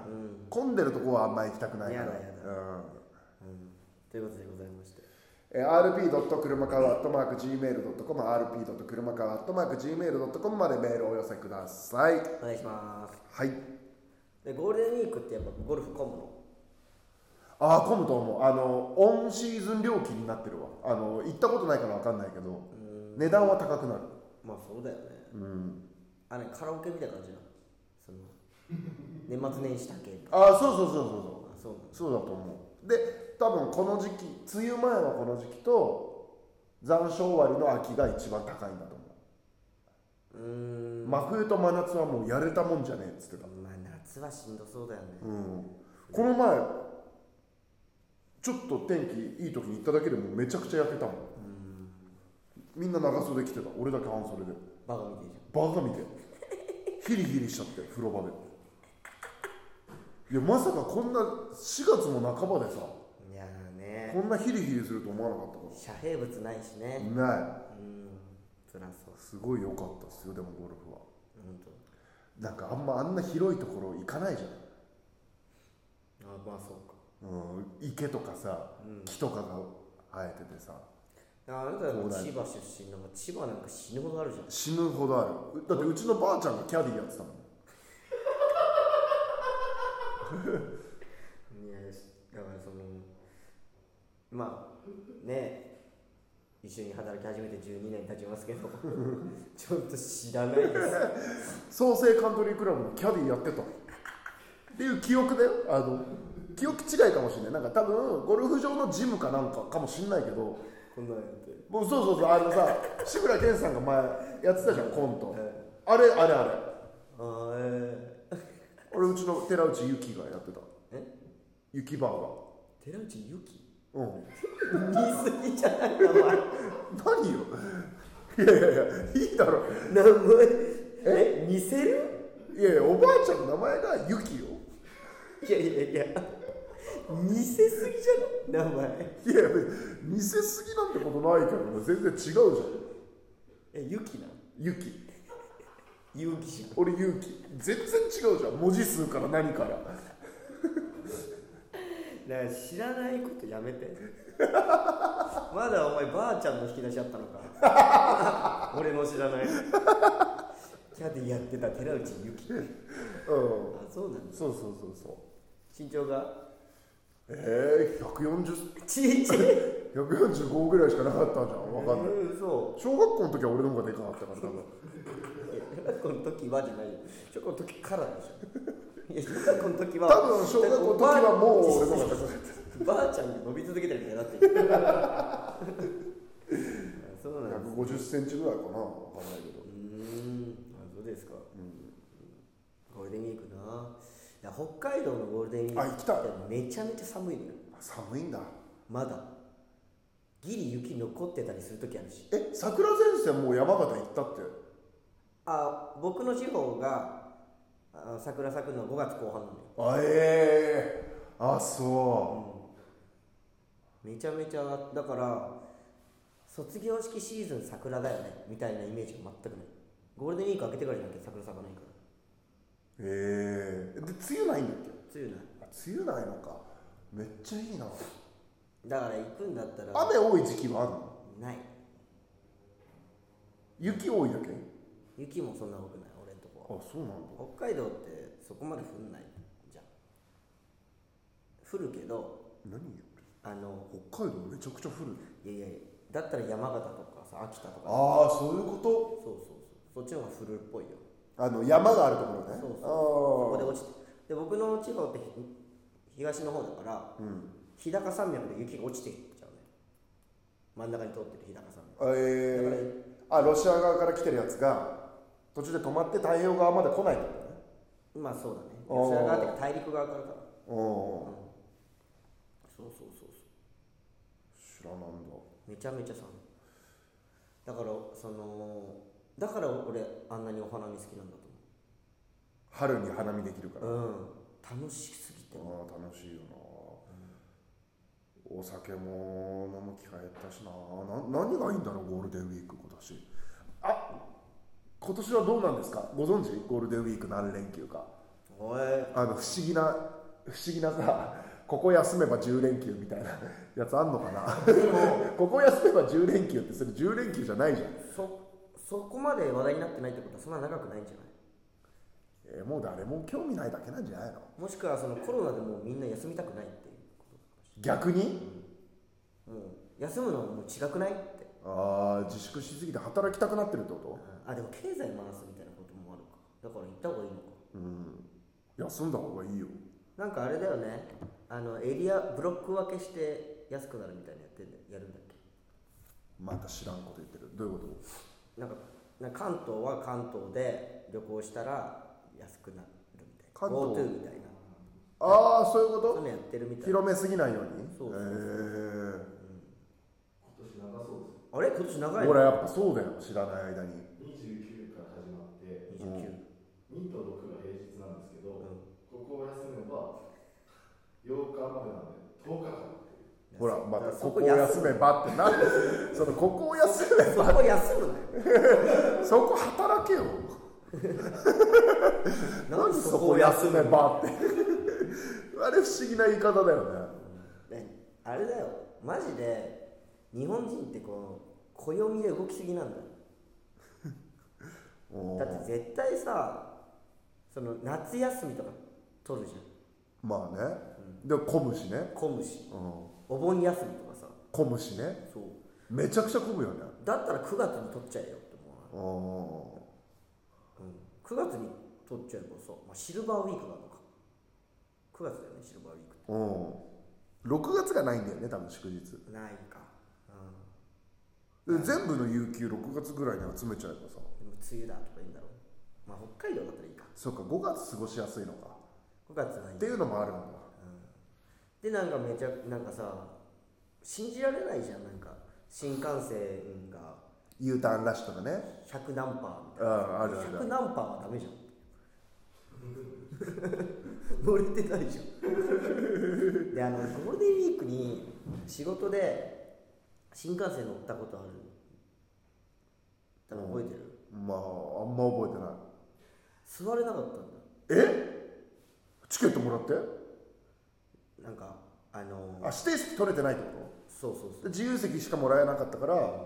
[SPEAKER 2] 混んでるとこはあんま行きたくないから
[SPEAKER 1] やだやだ
[SPEAKER 2] うん
[SPEAKER 1] ということでございまして
[SPEAKER 2] えー rp. 車川 .gmail.com rp. 車川 .gmail.com までメールをお寄せください
[SPEAKER 1] お願いします
[SPEAKER 2] はい
[SPEAKER 1] でゴールデンウィークってやっぱゴルフ混むの
[SPEAKER 2] ああ混むと思うあのオンシーズン料金になってるわあの行ったことないから分かんないけど値段は高くなる
[SPEAKER 1] まあそうだよね
[SPEAKER 2] うん
[SPEAKER 1] あれカラオケみたいな感じなのその年末年始だけみたい
[SPEAKER 2] ああそうそうそうそう
[SPEAKER 1] なそうなの
[SPEAKER 2] そうそうだと思うで多分この時期梅雨前のこの時期と残暑終わりの秋が一番高いんだと思
[SPEAKER 1] うー
[SPEAKER 2] う、
[SPEAKER 1] ん
[SPEAKER 2] 真冬と真夏はもうやれたもんじゃねえっつってた
[SPEAKER 1] まあ夏はしんどそうだよね
[SPEAKER 2] うんこの前ちょっと天気いい時に行っただけでもうめちゃくちゃ焼けたもんみんな長袖着てた俺だけ半袖で
[SPEAKER 1] バカみてえじ
[SPEAKER 2] バカ見てヒリヒリしちゃって風呂場でいやまさかこんな4月も半ばでさ
[SPEAKER 1] ゃんいやーね
[SPEAKER 2] こんなヒリヒリすると思わなかったか
[SPEAKER 1] 遮蔽物ないしね
[SPEAKER 2] らない
[SPEAKER 1] うん辛そう
[SPEAKER 2] すごい良かったですよでもゴルフは
[SPEAKER 1] 本当
[SPEAKER 2] なんかあんまあんな広いところ行かないじゃん
[SPEAKER 1] あまあそうか
[SPEAKER 2] うん、池とかさ、木とかが生えててさ
[SPEAKER 1] あなたは
[SPEAKER 2] そうだよ
[SPEAKER 1] 千葉出身だから千葉なんか死ぬほどあるじゃん
[SPEAKER 2] 死ぬほどあるうだってうちのばあちゃんがキャディーやってたもん
[SPEAKER 1] いやだからそのまあね一緒に働き始めて12年経ちますけど ちょっと知らないです
[SPEAKER 2] 創成カントリークラブのキャディーやってたっていう記憶だよあの記憶違いかもしれないなんか多分ゴルフ場のジムかなんかかもしれないけど
[SPEAKER 1] こんなんやって
[SPEAKER 2] もうそうそうそうあのさ志村けんさんが前やってたじゃんコント
[SPEAKER 1] はい
[SPEAKER 2] あれあれあれ
[SPEAKER 1] あーえ
[SPEAKER 2] 俺うちの寺内ゆきがやってた
[SPEAKER 1] ー、え
[SPEAKER 2] ゆきばあ
[SPEAKER 1] 寺内ゆき
[SPEAKER 2] がう
[SPEAKER 1] 言
[SPEAKER 2] ん
[SPEAKER 1] い過ぎじゃないかお前
[SPEAKER 2] 何よいやいやいやいいだろ
[SPEAKER 1] 名前え似せる
[SPEAKER 2] いやいやおばあちゃんの名前がゆきよ
[SPEAKER 1] いやいやいや似せすぎじゃない名前
[SPEAKER 2] いやいや似せすぎなんてことないけどね全然違うじゃん
[SPEAKER 1] えゆきな
[SPEAKER 2] ゆき
[SPEAKER 1] ゆきじゃん
[SPEAKER 2] 俺勇気全然違うじゃん文字数から何から
[SPEAKER 1] だから知らないことやめ てまだお前ばあちゃんの引き出しあったのか 俺の知らないキャディやってた寺内ゆきあ
[SPEAKER 2] うん
[SPEAKER 1] そうなんだ
[SPEAKER 2] そうそうそうそう
[SPEAKER 1] 身長が
[SPEAKER 2] ええー、
[SPEAKER 1] ちいちい
[SPEAKER 2] 140145ぐらいしかなかったんじゃん分かんない
[SPEAKER 1] うんそう
[SPEAKER 2] 小学校の時は俺の方がでかかったから多分
[SPEAKER 1] いやこ校の時はじゃないよ小学校の時からでしょいや小学校の時は
[SPEAKER 2] 多分小学校の時はもう俺の方が高い
[SPEAKER 1] ばあちゃんに伸び続けてるみたいになってるあそうなんです
[SPEAKER 2] 1 5 0ンチぐらいかな分かんないけど
[SPEAKER 1] うーんあそうですか、ゴールデンウィークないや北海道のゴールデンウィーク
[SPEAKER 2] あ行きたい
[SPEAKER 1] ってめちゃめちゃ寒いのよ
[SPEAKER 2] 寒いんだ
[SPEAKER 1] まだギリ雪残ってたりする時あるし
[SPEAKER 2] え桜前線もう山形行ったって
[SPEAKER 1] あ僕の地方があ桜咲くのは5月後半なのよ
[SPEAKER 2] あええあそ
[SPEAKER 1] めちゃめちゃだから卒業式シーズン桜だよねみたいなイメージが全くないゴールデンウィーク明けてからじゃなきゃ桜咲かないから
[SPEAKER 2] うええで梅雨ないんだっけ
[SPEAKER 1] 梅雨ない
[SPEAKER 2] あ梅雨ないのかめっちゃいいな
[SPEAKER 1] だから行くんだったら
[SPEAKER 2] 雨多い時期はあるの
[SPEAKER 1] ない
[SPEAKER 2] 雪多いだけあ
[SPEAKER 1] 雪もそんな多くない俺んとこは
[SPEAKER 2] そうなんだ
[SPEAKER 1] 北海道ってそこまで降んないじゃん降るけど
[SPEAKER 2] 何よ
[SPEAKER 1] あの
[SPEAKER 2] 北海道めちゃくちゃ降る
[SPEAKER 1] いやいやだったら山形とかさ秋田とか
[SPEAKER 2] ああそういうこと
[SPEAKER 1] そうそうそうそっちの方が降るっぽいよ
[SPEAKER 2] あの山があるところね
[SPEAKER 1] そうそう
[SPEAKER 2] あ
[SPEAKER 1] そこ
[SPEAKER 2] ー
[SPEAKER 1] で落ちてで僕の地方ってひ東の方だから、日高山脈で雪が落ちてきちゃうね真ん中に通ってる日高山脈
[SPEAKER 2] ええあロシア側から来てるやつが途中で止まって太平洋側まで来ないってことね
[SPEAKER 1] まあそうだね
[SPEAKER 2] あー
[SPEAKER 1] 吉田側っていうか大陸側からだから
[SPEAKER 2] おー
[SPEAKER 1] そうそうそうそう
[SPEAKER 2] 知らなんだ
[SPEAKER 1] めちゃめちゃ寒いだからそのだから俺あんなにお花見好きなんだと思う
[SPEAKER 2] 春に花見できるからあ
[SPEAKER 1] うん、楽しすぎて
[SPEAKER 2] ー楽しいよな、お酒も飲む機会減ったしなな何がいいんだろうゴールデンウィーク今年あ今年はどうなんですかご存知ゴールデンウィーク何連休か
[SPEAKER 1] おい
[SPEAKER 2] あの不思議な不思議なさここ休めば10連休みたいな やつあんのかな
[SPEAKER 1] でも
[SPEAKER 2] ここ休めば10連休ってそれ10連休じゃないじゃん、
[SPEAKER 1] そそこまで話題になってないってことはそんな長くないんじゃない
[SPEAKER 2] えーもう誰も興味ないだけなんじゃないの
[SPEAKER 1] もしくはそのコロナでもうみんな休みたくないっていうこ
[SPEAKER 2] 逆に
[SPEAKER 1] ともう休むのはもう違くないって、
[SPEAKER 2] ああ自粛しすぎて働きたくなってるってこ
[SPEAKER 1] あでも経済回すみたいなこともあるかだから行った方がいいのか
[SPEAKER 2] とうん休んだ方がいいよ
[SPEAKER 1] なんかあれだよねあのエリアブロック分けして安くなるみたいなやってんだやるんだっけ
[SPEAKER 2] また知らんこと言ってるどういうこ
[SPEAKER 1] なんかなんか関東は関東で旅行したら安くなるみたいな
[SPEAKER 2] 関東
[SPEAKER 1] GoTo みたいな
[SPEAKER 2] とああそういうこ
[SPEAKER 1] そういう
[SPEAKER 2] と
[SPEAKER 1] のやってるみたいな
[SPEAKER 2] 広めすぎないように
[SPEAKER 1] そうそうそう
[SPEAKER 2] え
[SPEAKER 3] 今年長そうです
[SPEAKER 1] あれ今年長い
[SPEAKER 2] ほ
[SPEAKER 1] の
[SPEAKER 2] らやっぱそうだよ知らない間に
[SPEAKER 3] 29から始まって
[SPEAKER 1] 29、
[SPEAKER 3] 2と6が平日なんですけ
[SPEAKER 1] ん
[SPEAKER 3] ど、ここを休めば8日までなんで10日間っていう
[SPEAKER 2] ほらまた
[SPEAKER 1] そ
[SPEAKER 2] ここを休めばってなそのここを休め
[SPEAKER 1] そこ休む
[SPEAKER 2] そこ働けよ
[SPEAKER 1] のよなんで
[SPEAKER 2] そこ休めばってあれ不思議な言い方だよね
[SPEAKER 1] ねあれだよマジで日本人ってこう暦で動きすぎなんだよ
[SPEAKER 2] お
[SPEAKER 1] だ
[SPEAKER 2] ー
[SPEAKER 1] って絶対さその夏休みとか取るじゃ
[SPEAKER 2] まあね、でも混むしね、
[SPEAKER 1] ん混むし
[SPEAKER 2] うん、
[SPEAKER 1] お盆休みとかさ
[SPEAKER 2] 混むしね
[SPEAKER 1] そう
[SPEAKER 2] めちゃくちゃ混むよね
[SPEAKER 1] だったら9月に取っちゃえよって思うな、
[SPEAKER 2] お
[SPEAKER 1] うん、9月に取っちゃえばさ、まあ、シルバーウィークなのか9月だよねシルバーウィーク
[SPEAKER 2] ーおー6月がないんだよね多分祝日
[SPEAKER 1] ってないかうん
[SPEAKER 2] で全部の有給6月ぐらいに集めちゃえば
[SPEAKER 1] で
[SPEAKER 2] さ
[SPEAKER 1] も梅雨だとか言うんだろうまあ北海道だったらいいか
[SPEAKER 2] そうか5月過ごしやすいのか
[SPEAKER 1] 5月ない
[SPEAKER 2] っていうのもあるんだ
[SPEAKER 1] でなんかめちゃなんかさ信じられないじゃんなんか新幹線が
[SPEAKER 2] U ターンラッシュとかね
[SPEAKER 1] 100何パーみたい
[SPEAKER 2] あある
[SPEAKER 1] な
[SPEAKER 2] あるあ
[SPEAKER 1] 100
[SPEAKER 2] る
[SPEAKER 1] 何パーはダメじゃん 乗れてないじゃんであのゴールデンウィークに仕事で新幹線乗ったことある多分覚えてる、
[SPEAKER 2] まああんま覚えてない
[SPEAKER 1] 座れなかったんだ
[SPEAKER 2] えチケットもらって
[SPEAKER 1] なんかあの
[SPEAKER 2] あ指定席取れてないってこ
[SPEAKER 1] そうそう
[SPEAKER 2] と
[SPEAKER 1] そ
[SPEAKER 2] で
[SPEAKER 1] う
[SPEAKER 2] 自由席しかもらえなかったから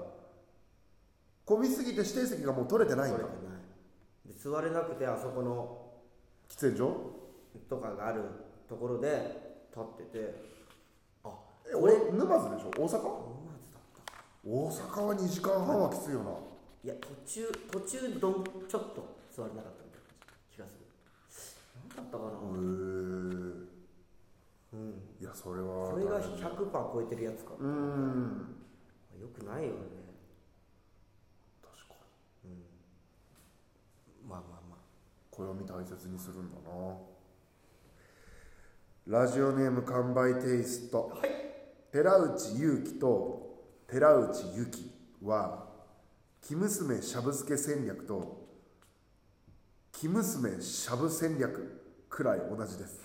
[SPEAKER 2] 混みすぎて指定席がもう取れてないん
[SPEAKER 1] そ
[SPEAKER 2] だ
[SPEAKER 1] れがないで座れなくてあそこの
[SPEAKER 2] 喫煙所
[SPEAKER 1] とかがあるところで立っててあ
[SPEAKER 2] え俺沼津でしょ大阪
[SPEAKER 1] 沼津だった
[SPEAKER 2] 大阪は2時間半はきついよない
[SPEAKER 1] や途中途中どんちょっと座れなかったみたいな気がする何だったかな
[SPEAKER 2] へー
[SPEAKER 1] うん
[SPEAKER 2] いやそれは
[SPEAKER 1] これが100%超えてるやつか、
[SPEAKER 2] うーん
[SPEAKER 1] よくないよね
[SPEAKER 2] 確かに
[SPEAKER 1] まあまあまあ
[SPEAKER 2] 暦大切にするんだなラジオネーム完売テイスト、寺内優輝と寺内ゆきは「生娘しゃぶ漬け戦略」と「生娘しゃぶ戦略」くらい同じです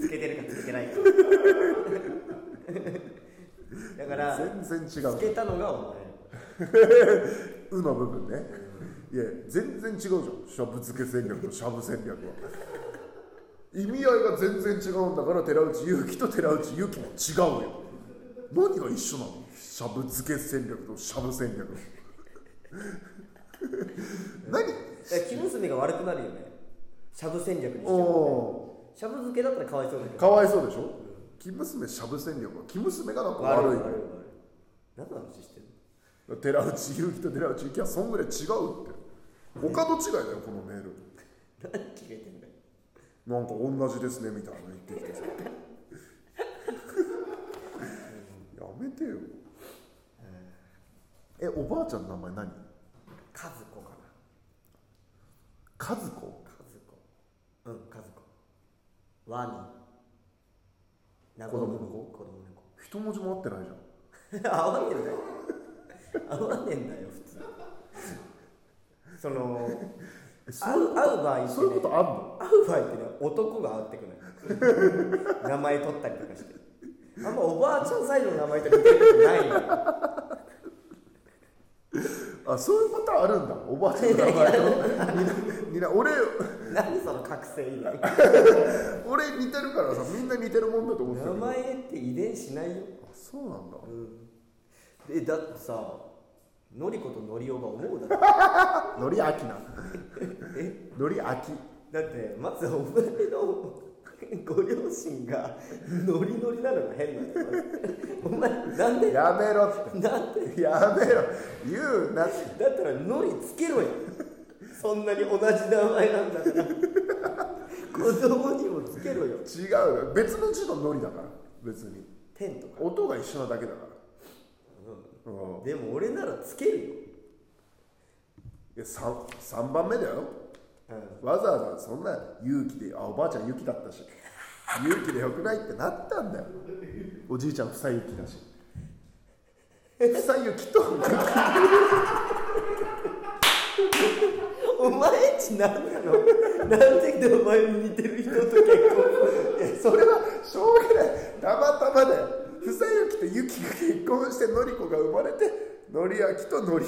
[SPEAKER 1] つけてるかつけてないか だから
[SPEAKER 2] 全然違
[SPEAKER 1] つけ
[SPEAKER 2] う
[SPEAKER 1] たのがお前
[SPEAKER 2] 「う」の部分ねいや全然違うじゃんしゃぶ漬け戦略としゃぶ戦略は意味合いが全然違うんだから寺内ゆきと寺内ゆきも違うよ何が一緒なのしゃぶ漬け戦略としゃぶ戦略何
[SPEAKER 1] だから生娘が悪くなるよねしゃぶ戦略にしちゃう
[SPEAKER 2] お
[SPEAKER 1] しゃぶ漬けだったらかわいそうだけ
[SPEAKER 2] ー
[SPEAKER 1] ど
[SPEAKER 2] かわいそうでしょ生娘しゃぶ戦略は生娘がなんか悪い
[SPEAKER 1] 悪い何の話してんの
[SPEAKER 2] 寺内ゆきと寺内ゆきはそんぐらい違うって他と違いだよこのメール
[SPEAKER 1] 何決めてんだよ
[SPEAKER 2] なんか同じですねみたいなの言ってきてさ やめてよえおばあちゃんの名前何
[SPEAKER 1] 和子かな
[SPEAKER 2] 和
[SPEAKER 1] 和
[SPEAKER 2] 子
[SPEAKER 1] 子うん和子ワニ
[SPEAKER 2] 子供の子
[SPEAKER 1] 子供の子
[SPEAKER 2] 一文字も合ってないじゃん
[SPEAKER 1] 合わねえんだよ合わねえんだよ普通その合う合う場合って、ね、
[SPEAKER 2] そういうことあんの
[SPEAKER 1] 合う場合ってね男が合ってくない名前取ったりとかしてあんまおばあちゃんサイドの名前と似てることないよ
[SPEAKER 2] あそういうパターンあるんだおばあちゃんの名前と みんなみんな俺
[SPEAKER 1] 何その覚醒遺伝
[SPEAKER 2] 俺似てるからさみんな似てるもんだと思って
[SPEAKER 1] 名
[SPEAKER 2] る
[SPEAKER 1] 前って遺伝しないよ、
[SPEAKER 2] あそうなんだ
[SPEAKER 1] うん、えだってさのりことのりおが思うだろ
[SPEAKER 2] のりあきな
[SPEAKER 1] え
[SPEAKER 2] のりあき
[SPEAKER 1] だってまずお前のご両親がノリノリなのが変なんだよお前なんで
[SPEAKER 2] やめろっ
[SPEAKER 1] なんで
[SPEAKER 2] てやめろ言うなって
[SPEAKER 1] だったらノリつけろよそんなに同じ名前なんだから子供にもつけろよ
[SPEAKER 2] 違うよ別の字ののりだから別に
[SPEAKER 1] 天とか、
[SPEAKER 2] 音が一緒なだけだから、うん
[SPEAKER 1] うん、でも俺ならつけるよ、
[SPEAKER 2] いや 3, 3番目だよ
[SPEAKER 1] うん、
[SPEAKER 2] わざわざそんな勇気であおばあちゃん勇気だったし勇気でよくないってなったんだよおじいちゃん房ゆきだし房ゆきと
[SPEAKER 1] お前んちなんなのなんでお前に似てる人と結婚する
[SPEAKER 2] それはしょうがないたまたまだよ房ゆきとゆきが結婚してのりこが生まれてのりあきとのり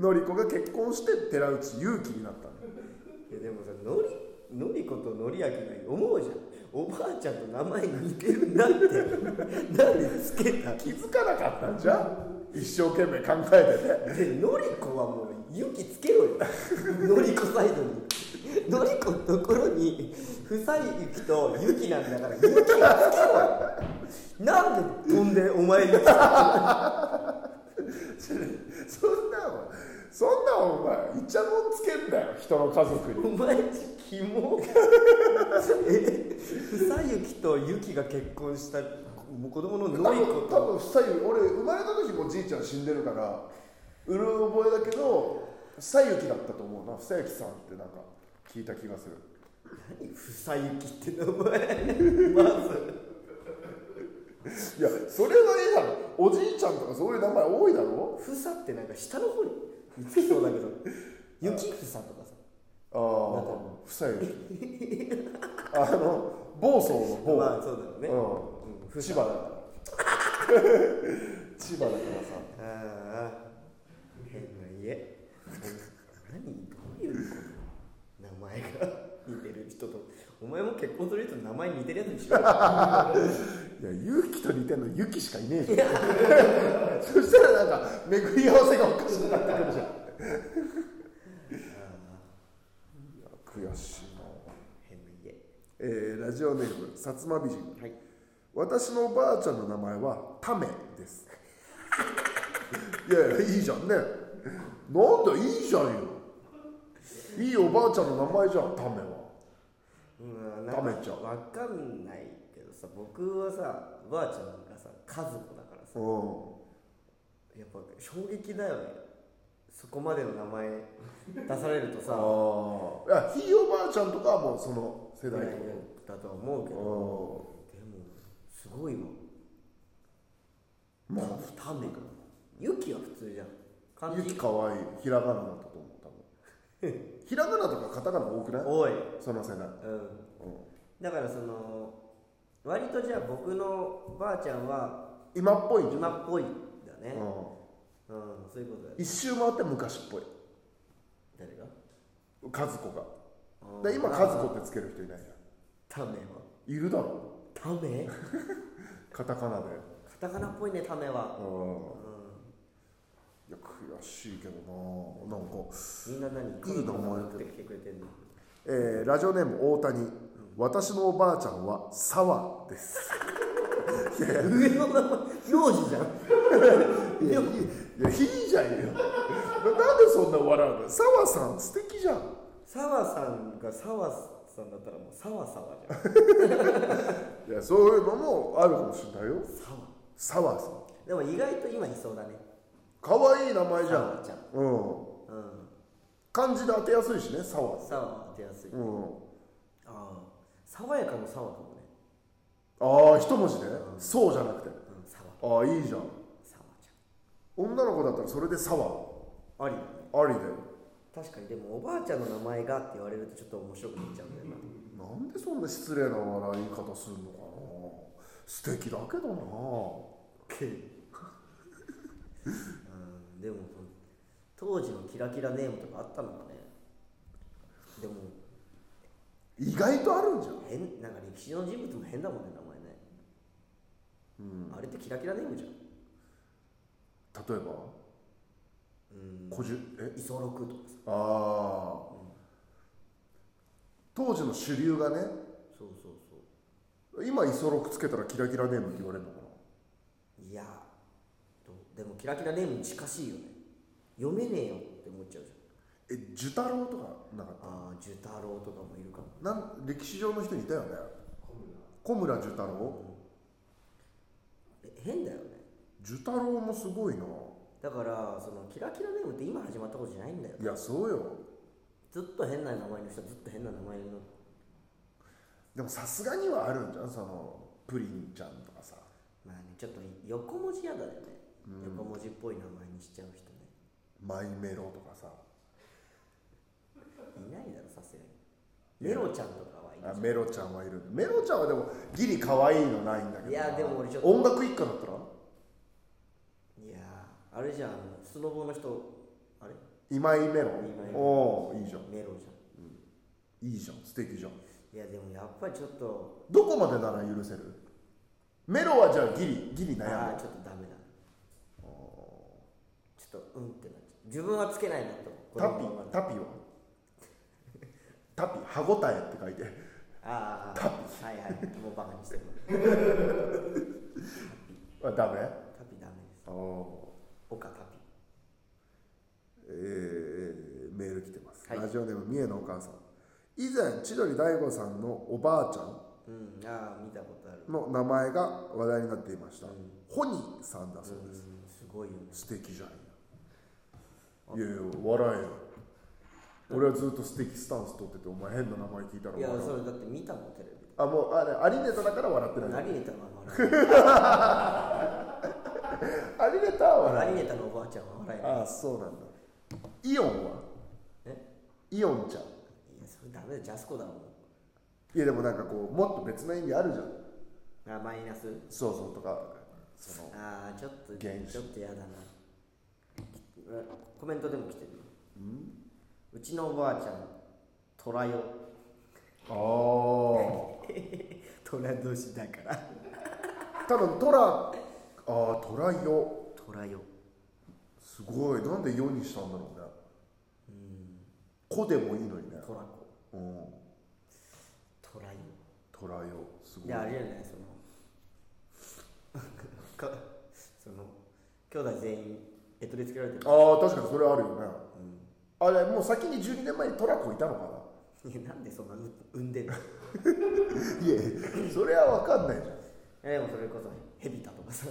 [SPEAKER 2] のりこが結婚して寺内勇気になったの
[SPEAKER 1] いやでもさのりのりことのりあきが思うじゃんおばあちゃんと名前似てるなってなんでつけた
[SPEAKER 2] 気づかなかったんじゃん一生懸命考えてて
[SPEAKER 1] でのりこはもう勇気つけろよのりこサイドにのりこのところにふさゆきとゆきなんだからゆきはつけろよなんで飛んでお前につけた
[SPEAKER 2] そんなんはそんなんお前いちゃもんつけんだよ人の家族
[SPEAKER 1] お
[SPEAKER 2] に
[SPEAKER 1] 前んちキモえふさゆきとゆきが結婚したもう子供の
[SPEAKER 2] 多
[SPEAKER 1] のりこ
[SPEAKER 2] 分多
[SPEAKER 1] と
[SPEAKER 2] 分左右俺生まれた時もじいちゃん死んでるからうる覚えだけど房ゆきだったと思うな房ゆきさんってなんか聞いた気がする
[SPEAKER 1] ふさゆきって名前まず
[SPEAKER 2] いやそれはいいだろおじいちゃんとかそういう名前多いだろ
[SPEAKER 1] ふさってなんか下の方につきそうだ けど雪ふさとかさ
[SPEAKER 2] ああ房ゆきあの暴走の暴、
[SPEAKER 1] まあそうだよね、
[SPEAKER 2] うん
[SPEAKER 1] ふさ
[SPEAKER 2] 千葉だから 千葉だからさ
[SPEAKER 1] ああ変な家何どういうこと名前が似てる人とお前も結婚する人と名前似てるやつにしよう よ
[SPEAKER 2] いや、勇気と似てんの勇気しかいねえじゃん。 そしたらなんか、巡り合わせがおかしくなってくるじゃん。いや、悔しいな。
[SPEAKER 1] 変な家
[SPEAKER 2] えーラジオネーム、薩摩美人。
[SPEAKER 1] はい
[SPEAKER 2] 私のおばあちゃんの名前は、タメです。 いやいや、いいじゃんね。なんだ、いいじゃんよ。いいおばあちゃんの名前じゃんタメは
[SPEAKER 1] うん、なんか
[SPEAKER 2] ダメちゃう
[SPEAKER 1] わかんないけどさ僕はさばあちゃんがさ家族だからさ
[SPEAKER 2] う
[SPEAKER 1] やっぱ衝撃だよねそこまでの名前出されると さ
[SPEAKER 2] んああいやひいおばあちゃんとかはもうその世代とか
[SPEAKER 1] だとは思うけどでもすごいわ
[SPEAKER 2] まあ
[SPEAKER 1] ためかユキは普通じゃん漢
[SPEAKER 2] ゆ
[SPEAKER 1] 字
[SPEAKER 2] きかわいいひらがなだったと思う多 分ひらがなとかカタカナ多くない
[SPEAKER 1] 多い
[SPEAKER 2] その世代
[SPEAKER 1] うんだからその割とじゃあ僕のばあちゃんは
[SPEAKER 2] 今っぽいんじゃん
[SPEAKER 1] 今っぽいだね
[SPEAKER 2] う
[SPEAKER 1] うんそういうことだよ
[SPEAKER 2] ん一周回って昔っぽい
[SPEAKER 1] 誰が
[SPEAKER 2] 和子がで今和子ってつける人いないじゃ
[SPEAKER 1] ためは
[SPEAKER 2] んいるだろ
[SPEAKER 1] ため
[SPEAKER 2] カタカナで
[SPEAKER 1] カタカナっぽいねためは
[SPEAKER 2] うんいや悔しいけどななんか
[SPEAKER 1] みんな何
[SPEAKER 2] いい名前だけど
[SPEAKER 1] 送ってきてくれてんの
[SPEAKER 2] えーラジオネーム大谷私のおばあちゃんは沢です
[SPEAKER 1] 上の名前名字じゃん
[SPEAKER 2] いやいやひいじゃんよななんでそんな笑うの沢さん素敵じゃん
[SPEAKER 1] 沢さんが沢さんだったらもう沢沢じゃん
[SPEAKER 2] いやそういうのもあるかもしれないよ
[SPEAKER 1] 沢
[SPEAKER 2] 沢さん
[SPEAKER 1] でも意外と今いそうだね
[SPEAKER 2] かわいい名前じゃ
[SPEAKER 1] 沢
[SPEAKER 2] ん
[SPEAKER 1] ちゃん
[SPEAKER 2] うん
[SPEAKER 1] うん
[SPEAKER 2] 漢字で当てやすいしね沢さん
[SPEAKER 1] 沢は当てやすい、あ
[SPEAKER 2] うん
[SPEAKER 1] あ爽やかの沢かもね、
[SPEAKER 2] ああ一文字で、そうじゃなくて
[SPEAKER 1] うん、沢
[SPEAKER 2] ああいいじゃ
[SPEAKER 1] 沢
[SPEAKER 2] ん
[SPEAKER 1] ち
[SPEAKER 2] 女の子だったらそれで沢
[SPEAKER 1] ゃんありだね
[SPEAKER 2] ありだよ
[SPEAKER 1] 確かにでもおばあちゃんの名前がって言われるとちょっと面白くなっちゃうんだよな
[SPEAKER 2] なんでそんな失礼な笑い方するのかな素敵だけど
[SPEAKER 1] う
[SPEAKER 2] な
[SPEAKER 1] んでも当時のキラキラネームとかあったのかねでも
[SPEAKER 2] 意外とあるんじゃん
[SPEAKER 1] 変なんか歴史の人物も変だもんね名前ね、あれってキラキラネームじゃん
[SPEAKER 2] 例えば小じゅえ
[SPEAKER 1] 磯六とかさ
[SPEAKER 2] ああ、当時の主流がね
[SPEAKER 1] そうそうそう
[SPEAKER 2] 今イソロクつけたらキラキラネームって言われるのかない
[SPEAKER 1] やどうでもキラキラネームに近しいよね読めねえよって思っちゃうじ
[SPEAKER 2] え寿太郎とかなかっ
[SPEAKER 1] ゃんああ寿太郎とかもいるかも
[SPEAKER 2] たなん歴史上の人にいたよね
[SPEAKER 3] 小
[SPEAKER 2] 小
[SPEAKER 3] 村
[SPEAKER 2] 村寿太郎
[SPEAKER 1] え変だよね
[SPEAKER 2] 寿太郎もすごいな
[SPEAKER 1] だからそのキラキラネームって今始まったことじゃないんだよ
[SPEAKER 2] いやそうよ
[SPEAKER 1] ずっと変な名前の人はずっと変な名前の
[SPEAKER 2] でもさすがにはあるんじゃんそのプリンちゃんとかさ
[SPEAKER 1] まあねちょっと横文字嫌だよね、横文字っぽい名前にしちゃう人ね
[SPEAKER 2] マイメロとかさ
[SPEAKER 1] いないだろさすがに
[SPEAKER 2] い
[SPEAKER 1] メ
[SPEAKER 2] や
[SPEAKER 1] ロちゃんとかはいるじゃ
[SPEAKER 2] あ
[SPEAKER 1] ん
[SPEAKER 2] メロちゃんはいるメロちゃんはでもギリ可愛いのないんだけどない
[SPEAKER 1] やでも俺ちょっと
[SPEAKER 2] 音楽一家だったら
[SPEAKER 1] いやーあれじゃんあのスノボの人あれ
[SPEAKER 2] 今井メロ
[SPEAKER 1] 今井メロ
[SPEAKER 2] おおいいじゃん
[SPEAKER 1] メロじゃ
[SPEAKER 2] いいじゃん素敵じゃん
[SPEAKER 1] んいやでもやっぱりちょっと
[SPEAKER 2] どこまでなら許せるメロはじゃあギリギリ
[SPEAKER 1] あ
[SPEAKER 2] 悩
[SPEAKER 1] あ
[SPEAKER 2] む
[SPEAKER 1] ちょっとダメだちょっとうんってなっちゃう自分はつけないなと
[SPEAKER 2] タピタピは タピ歯応えって書いて
[SPEAKER 1] ああーはいはいもうバカにしてる
[SPEAKER 2] あダメ
[SPEAKER 1] タピダメです
[SPEAKER 2] ああ
[SPEAKER 1] 岡タピ
[SPEAKER 2] えーメール来てます、
[SPEAKER 1] はい
[SPEAKER 2] ラジオネーム三重のお母さん以前千鳥大悟さんのおばあちゃん
[SPEAKER 1] うんああ見たことある
[SPEAKER 2] の名前が話題になっていました、ホニーさんだそう
[SPEAKER 1] う
[SPEAKER 2] で
[SPEAKER 1] んすごいよね
[SPEAKER 2] す、素敵じゃんいやいや笑えよ俺はずっと素敵スタンス取っててお前変な名前聞いたら
[SPEAKER 1] いや
[SPEAKER 2] 笑
[SPEAKER 1] そうれだって見たもんテレビで
[SPEAKER 2] あもうあれアリネタだから笑ってない
[SPEAKER 1] アリネタは笑
[SPEAKER 2] アリネタは
[SPEAKER 1] わない
[SPEAKER 2] 笑
[SPEAKER 1] アリネタのおばあちゃんは笑え
[SPEAKER 2] う
[SPEAKER 1] ない
[SPEAKER 2] ああそうなんだイオンは
[SPEAKER 1] え
[SPEAKER 2] イオン
[SPEAKER 1] い
[SPEAKER 2] ちゃん
[SPEAKER 1] やそれダメだジャスコだもん
[SPEAKER 2] いやでもなんかこうもっと別の意味あるじゃん
[SPEAKER 1] あマイナス
[SPEAKER 2] そうそうとかその
[SPEAKER 1] ああちょっと
[SPEAKER 2] 原始
[SPEAKER 1] ちょっとやだなえコメントでも来てるうちのおばあちゃんトラよ
[SPEAKER 2] ああ
[SPEAKER 1] トラ年だから
[SPEAKER 2] 多分トラああトラヨ
[SPEAKER 1] トラよ
[SPEAKER 2] すごいなんでヨにしたんだろうね子でもいいのにね
[SPEAKER 1] トラコ
[SPEAKER 2] うん
[SPEAKER 1] トラよ
[SPEAKER 2] トラヨすごい
[SPEAKER 1] であれじゃないその かその兄弟全員えとりつけられてる
[SPEAKER 2] ああ確かにそれあるよね、あれもう先に12年前にトラコいたのかない
[SPEAKER 1] やなんでそんなう産んでんの
[SPEAKER 2] いやそれは分かんないじゃん
[SPEAKER 1] いやでもそれこそヘビだとか さ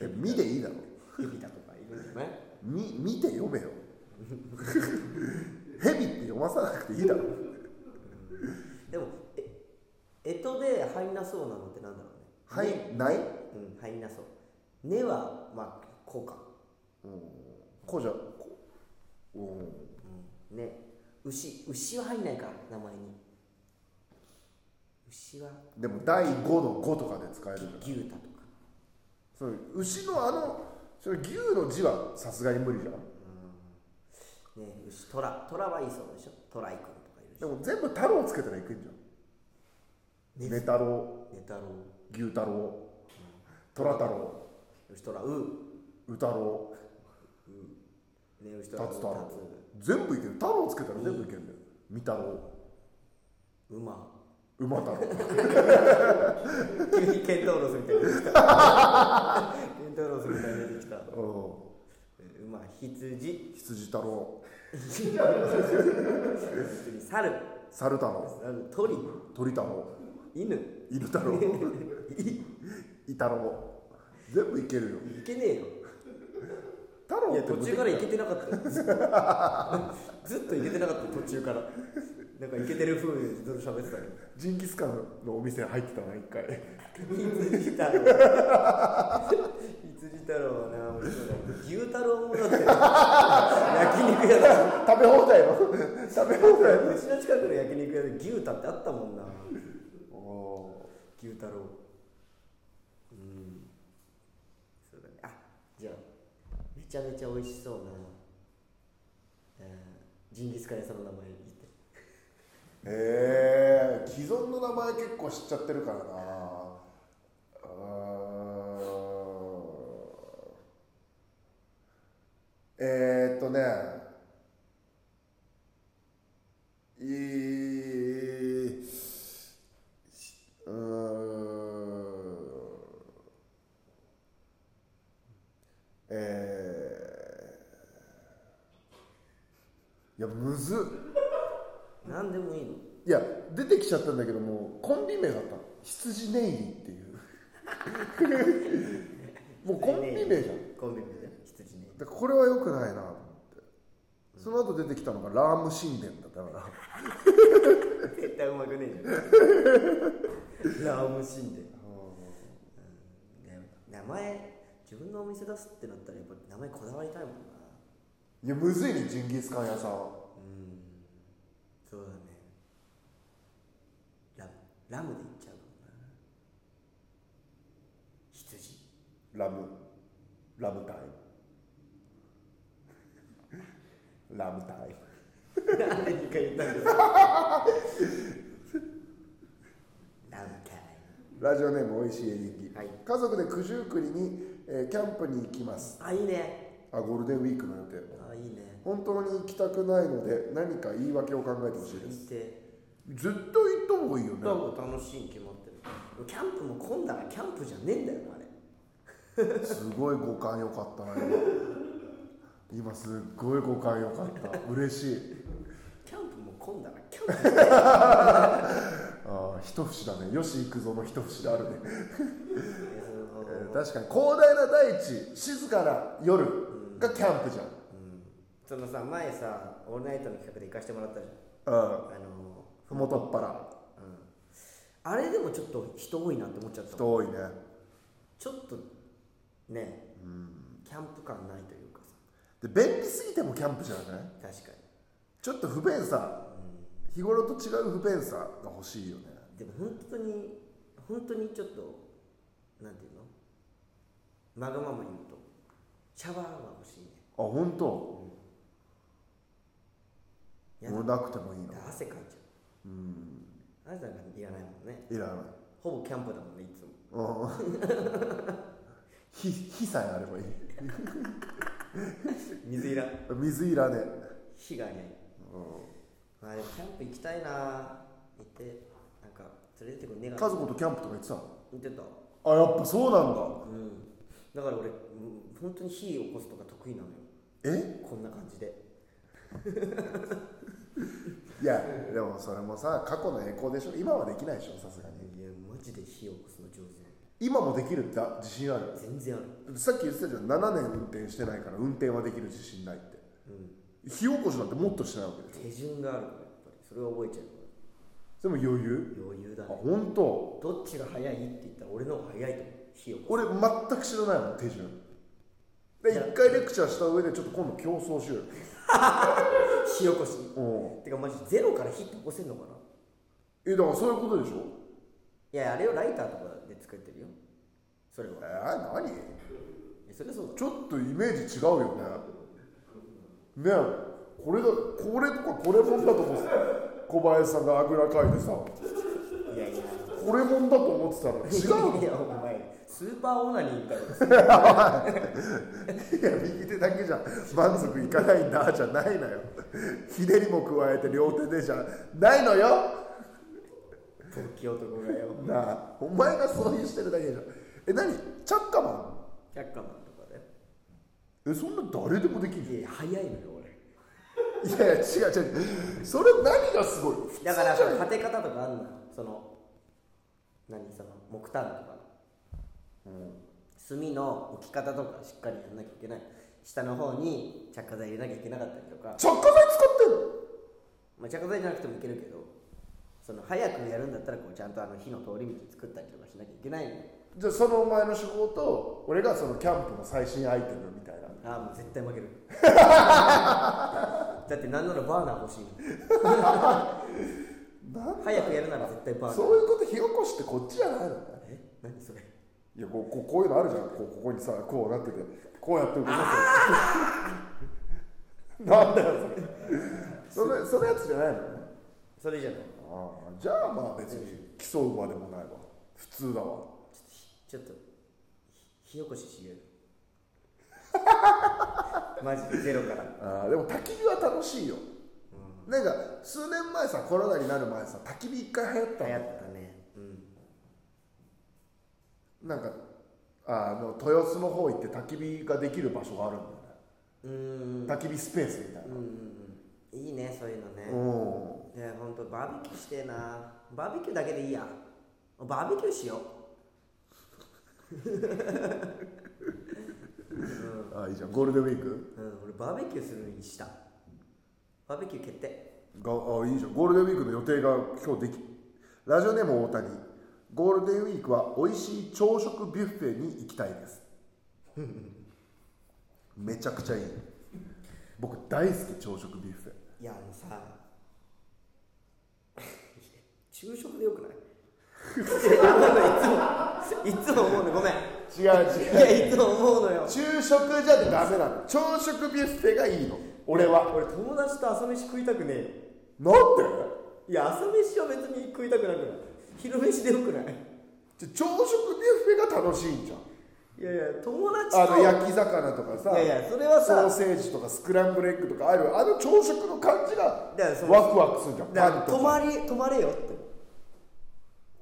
[SPEAKER 2] え見でいいだろ
[SPEAKER 1] ヘビだとかいるんじゃない
[SPEAKER 2] み見て読めよ ヘビって読まさなくていいだろ
[SPEAKER 1] でもえ干支で入んなそうなのってなんだろうね
[SPEAKER 2] はいない
[SPEAKER 1] うん入んなそう根はまあこうか、
[SPEAKER 2] こうじゃこううん
[SPEAKER 1] うん、ね牛牛は入んないか名前に牛は
[SPEAKER 2] でも第5の5とかで使えるから
[SPEAKER 1] 牛太とか
[SPEAKER 2] その牛のあのそれ牛の字はさすがに無理じゃん
[SPEAKER 1] ね牛虎虎はいいそうでしょ虎井君とかいるし
[SPEAKER 2] でも全部太郎つけたらいくんじゃんね太郎
[SPEAKER 1] ね太郎
[SPEAKER 2] 牛太郎虎太郎
[SPEAKER 1] 牛虎う
[SPEAKER 2] 宇太郎
[SPEAKER 1] ね牛虎
[SPEAKER 2] 達
[SPEAKER 1] う
[SPEAKER 2] 太郎
[SPEAKER 1] 辰
[SPEAKER 2] 全部いける太郎つけたら全部いけるんだよ三太郎
[SPEAKER 1] 馬
[SPEAKER 2] 馬太郎
[SPEAKER 1] 急にケントウロスみたいに出てきた ケントウロスみたいに出てきた
[SPEAKER 2] う
[SPEAKER 1] え馬羊
[SPEAKER 2] ん羊太郎
[SPEAKER 1] 猿
[SPEAKER 2] 猿太郎
[SPEAKER 1] 猿鳥
[SPEAKER 2] 鳥太郎
[SPEAKER 1] 犬
[SPEAKER 2] 犬太郎い太郎全部いけるよ
[SPEAKER 1] いけねえよ
[SPEAKER 2] 太郎
[SPEAKER 1] い
[SPEAKER 2] っ
[SPEAKER 1] や
[SPEAKER 2] て
[SPEAKER 1] 途中からいけてなかったよ ずっといけてなかったよ途中からなんかいけてる風にずっと喋ってたけど
[SPEAKER 2] ジンギスカンのお店入ってたな一回
[SPEAKER 1] 羊太郎羊太郎はな面白い牛太郎もだって焼肉屋だから
[SPEAKER 2] 食べ放題の食べ放題の
[SPEAKER 1] うちの近くの焼肉屋で牛太ってあったもんな牛太郎うんそうだねあじゃあめちゃめちゃ美味しそうな、えージンギスカン屋さんの名前言って
[SPEAKER 2] へえ既存の名前結構知っちゃってるからなうーんえー、っとねいいうーんえー、いやむずっ
[SPEAKER 1] 何でもいいの
[SPEAKER 2] いや出てきちゃったんだけどもうコンビ名だったの羊ネイリーっていう もうコンビ名じゃん
[SPEAKER 1] コンビ名じゃん羊ね
[SPEAKER 2] だからこれはよくないなと思ってその後出てきたのがラーム神殿だったから
[SPEAKER 1] 絶対うまくねえ じゃんラームシンで名前自分のお店出すってなったらやっぱ名前こだわりたいもんない
[SPEAKER 2] やむずいねジンギスカン屋さん
[SPEAKER 1] うんそうだねラムラムでいっちゃうもんな羊
[SPEAKER 2] ラムラムタイムラムタイム
[SPEAKER 1] なんで2回言ったんです かラムタイ
[SPEAKER 2] ラジオネームおいしいエリンギ、
[SPEAKER 1] はい
[SPEAKER 2] 家族で九十九里に、えーキャンプに行きます
[SPEAKER 1] あいいね
[SPEAKER 2] あゴールデンウィークの予定
[SPEAKER 1] あいいね
[SPEAKER 2] 本当に行きたくないので何か言い訳を考えてほしいです
[SPEAKER 1] 見て
[SPEAKER 2] ずっと行った方がいいよ
[SPEAKER 1] だから楽しいに決まってるキャンプも混んだらキャンプじゃねえんだよなあれ
[SPEAKER 2] すごい五感良かったな今今すっごい五感良かった嬉しい
[SPEAKER 1] キャンプも混んだらキャンプじゃね
[SPEAKER 2] ああ一節だねよし行くぞの一節であるね、
[SPEAKER 1] えんだよ
[SPEAKER 2] えー確かに広大な大地静かな夜がキャンプじゃん
[SPEAKER 1] そのさ前さ「オールナイト」の企画で行かしてもらったじ
[SPEAKER 2] うん
[SPEAKER 1] ゃんあの
[SPEAKER 2] ふもとっぱら
[SPEAKER 1] あれでもちょっと人多いなって思っちゃった
[SPEAKER 2] 人多いね
[SPEAKER 1] ちょっとねキャンプ感ないというかさ
[SPEAKER 2] で便利すぎてもキャンプじゃない
[SPEAKER 1] 確か
[SPEAKER 2] ちょっと不便さ日頃と違う不便さが欲しいよね
[SPEAKER 1] にでも本当に本当にちょっとなんていうのマグママ言うとシャワーは欲しいね
[SPEAKER 2] あ本当。
[SPEAKER 1] や
[SPEAKER 2] 俺なくてもいいの
[SPEAKER 1] だ汗かいちゃううん汗なんかいらないもんね
[SPEAKER 2] いらない
[SPEAKER 1] ほぼキャンプだもんねいつも
[SPEAKER 2] うん火火さえあればいい
[SPEAKER 1] 水いらん
[SPEAKER 2] 水いらね
[SPEAKER 1] 火がねまあでもキャンプ行きたいな行ってなんか連れてってくんねえ
[SPEAKER 2] え
[SPEAKER 1] か
[SPEAKER 2] 家
[SPEAKER 1] な
[SPEAKER 2] 族とキャンプとか行ってたの
[SPEAKER 1] 行ってた
[SPEAKER 2] あやっぱそうなんだ
[SPEAKER 1] うんだから俺うん本当に火起こすとか得意なのよ
[SPEAKER 2] ええ
[SPEAKER 1] こんな感じで
[SPEAKER 2] いやでもそれもさ過去の栄光でしょ今はできないでしょさすがに
[SPEAKER 1] いやマジで火を起こすの上
[SPEAKER 2] 今もできるって自信ある
[SPEAKER 1] 手全然ある
[SPEAKER 2] さっき言ってたじゃん7年運転してないから運転はできる自信ないって、火起こしなんてもっとしてないわけでしょ
[SPEAKER 1] 手順があるからやっぱりそれは覚えちゃうか
[SPEAKER 2] でも余裕
[SPEAKER 1] ら余裕だ
[SPEAKER 2] あ
[SPEAKER 1] ね
[SPEAKER 2] 本当。
[SPEAKER 1] どっちが早いって言ったら俺の方が早いと思う火を起こ
[SPEAKER 2] 俺全く知らないもん手順で
[SPEAKER 1] いや
[SPEAKER 2] 一回レクチャーした上でちょっと今度競争しようよ
[SPEAKER 1] す火起こし
[SPEAKER 2] うん
[SPEAKER 1] てかマジゼロから火って起こせんのかな
[SPEAKER 2] えだからそういうことでしょ
[SPEAKER 1] いやあれをライターとかで作ってるよそれは
[SPEAKER 2] えー、何
[SPEAKER 1] いやそれはそうだ
[SPEAKER 2] ちょっとイメージ違うよねねえこれだこれとかこれもんだと思ってた小林さんがあぐらかいてさ
[SPEAKER 1] いやいや
[SPEAKER 2] これもんだと思ってたら違うの
[SPEAKER 1] いやお前スーパーオナニーみたいな
[SPEAKER 2] いや右手だけじゃ満足いかないんだじゃないのよひねりも加えて両手でじゃないのよ
[SPEAKER 1] 勃起男がよ
[SPEAKER 2] なあお前がそういうしてるだけじゃんえ何チャッカマン
[SPEAKER 1] キャッカマンとかだよ
[SPEAKER 2] えそんな誰でもできる
[SPEAKER 1] いや早いのよ俺
[SPEAKER 2] いやいや違う違うそれ何がすごいの
[SPEAKER 1] だから
[SPEAKER 2] 普通じゃない
[SPEAKER 1] 立て方とかあんのよその何その木炭とかの、炭の置き方とかしっかりやんなきゃいけない下の方に着火剤入れなきゃいけなかったりとか、
[SPEAKER 2] 着火剤使ってんの
[SPEAKER 1] まあ、着火剤じゃなくてもいけるけどその早くやるんだったらこうちゃんとあの火の通り道作ったりとかしなきゃいけないのよ
[SPEAKER 2] じゃあそのお前の手法と俺がそのキャンプの最新アイテムみたいな
[SPEAKER 1] ああもう絶対負ける だってなんならバーナー欲しい
[SPEAKER 2] なん
[SPEAKER 1] 早くやるなら絶対バーナー
[SPEAKER 2] そういうこと火起こしってこっちじゃないのね
[SPEAKER 1] え何それ
[SPEAKER 2] いやこうこうこういうのあるじゃんこうここにさこうなっててこうやって動かすやつなんだよそ れそれそのやつじゃないのね
[SPEAKER 1] それじゃない
[SPEAKER 2] ああじゃあまあ別に競うまでもないわ普通だわ
[SPEAKER 1] ちょっとひ火起こしし ようよマジでゼロから
[SPEAKER 2] ああでも焚き火は楽しいよ、なんか数年前さコロナになる前さ焚き火一回流行った
[SPEAKER 1] 流行
[SPEAKER 2] の
[SPEAKER 1] ったねうん
[SPEAKER 2] なんかあの豊洲の方行って焚き火ができる場所があるんだよ
[SPEAKER 1] うーん
[SPEAKER 2] ね焚き火スペースみたいな
[SPEAKER 1] うんうんうんいいねそういうのね
[SPEAKER 2] うん
[SPEAKER 1] いやほんとバーベキューしてえなバーベキューだけでいいやバーベキューしよ
[SPEAKER 2] ああいいじゃんゴールデンウィーク
[SPEAKER 1] ううん俺バーベキューするにしたバーベキュー決定
[SPEAKER 2] がああいいじゃんゴールデンウィークの予定が今日できラジオネーム大谷ゴールデンウィークは美味しい朝食ビュッフェに行きたいです めちゃくちゃいい僕大好き朝食ビュッフェ
[SPEAKER 1] いやあのさ 昼食でよくない いやあのいつもいつも思うのごめん
[SPEAKER 2] 違
[SPEAKER 1] いやいつも思うのよ
[SPEAKER 2] 昼食じゃダメなの朝食ビュッフェがいいの俺は
[SPEAKER 1] 俺友達と朝飯食いたくねえよ
[SPEAKER 2] なんで
[SPEAKER 1] いや朝飯は別に食いたくなくない昼飯でよくない
[SPEAKER 2] じゃ朝食ビュッフェが楽しいんじゃん
[SPEAKER 1] いやいや友達と
[SPEAKER 2] あの焼き魚とかさ
[SPEAKER 1] いやいやそれはさ
[SPEAKER 2] ソーセージとかスクランブルエッグとかあるあの朝食の感じが
[SPEAKER 1] だからその
[SPEAKER 2] ワクワクするじゃん
[SPEAKER 1] だ
[SPEAKER 2] パ
[SPEAKER 1] から
[SPEAKER 2] ンと
[SPEAKER 1] 泊
[SPEAKER 2] か
[SPEAKER 1] まり泊まれよって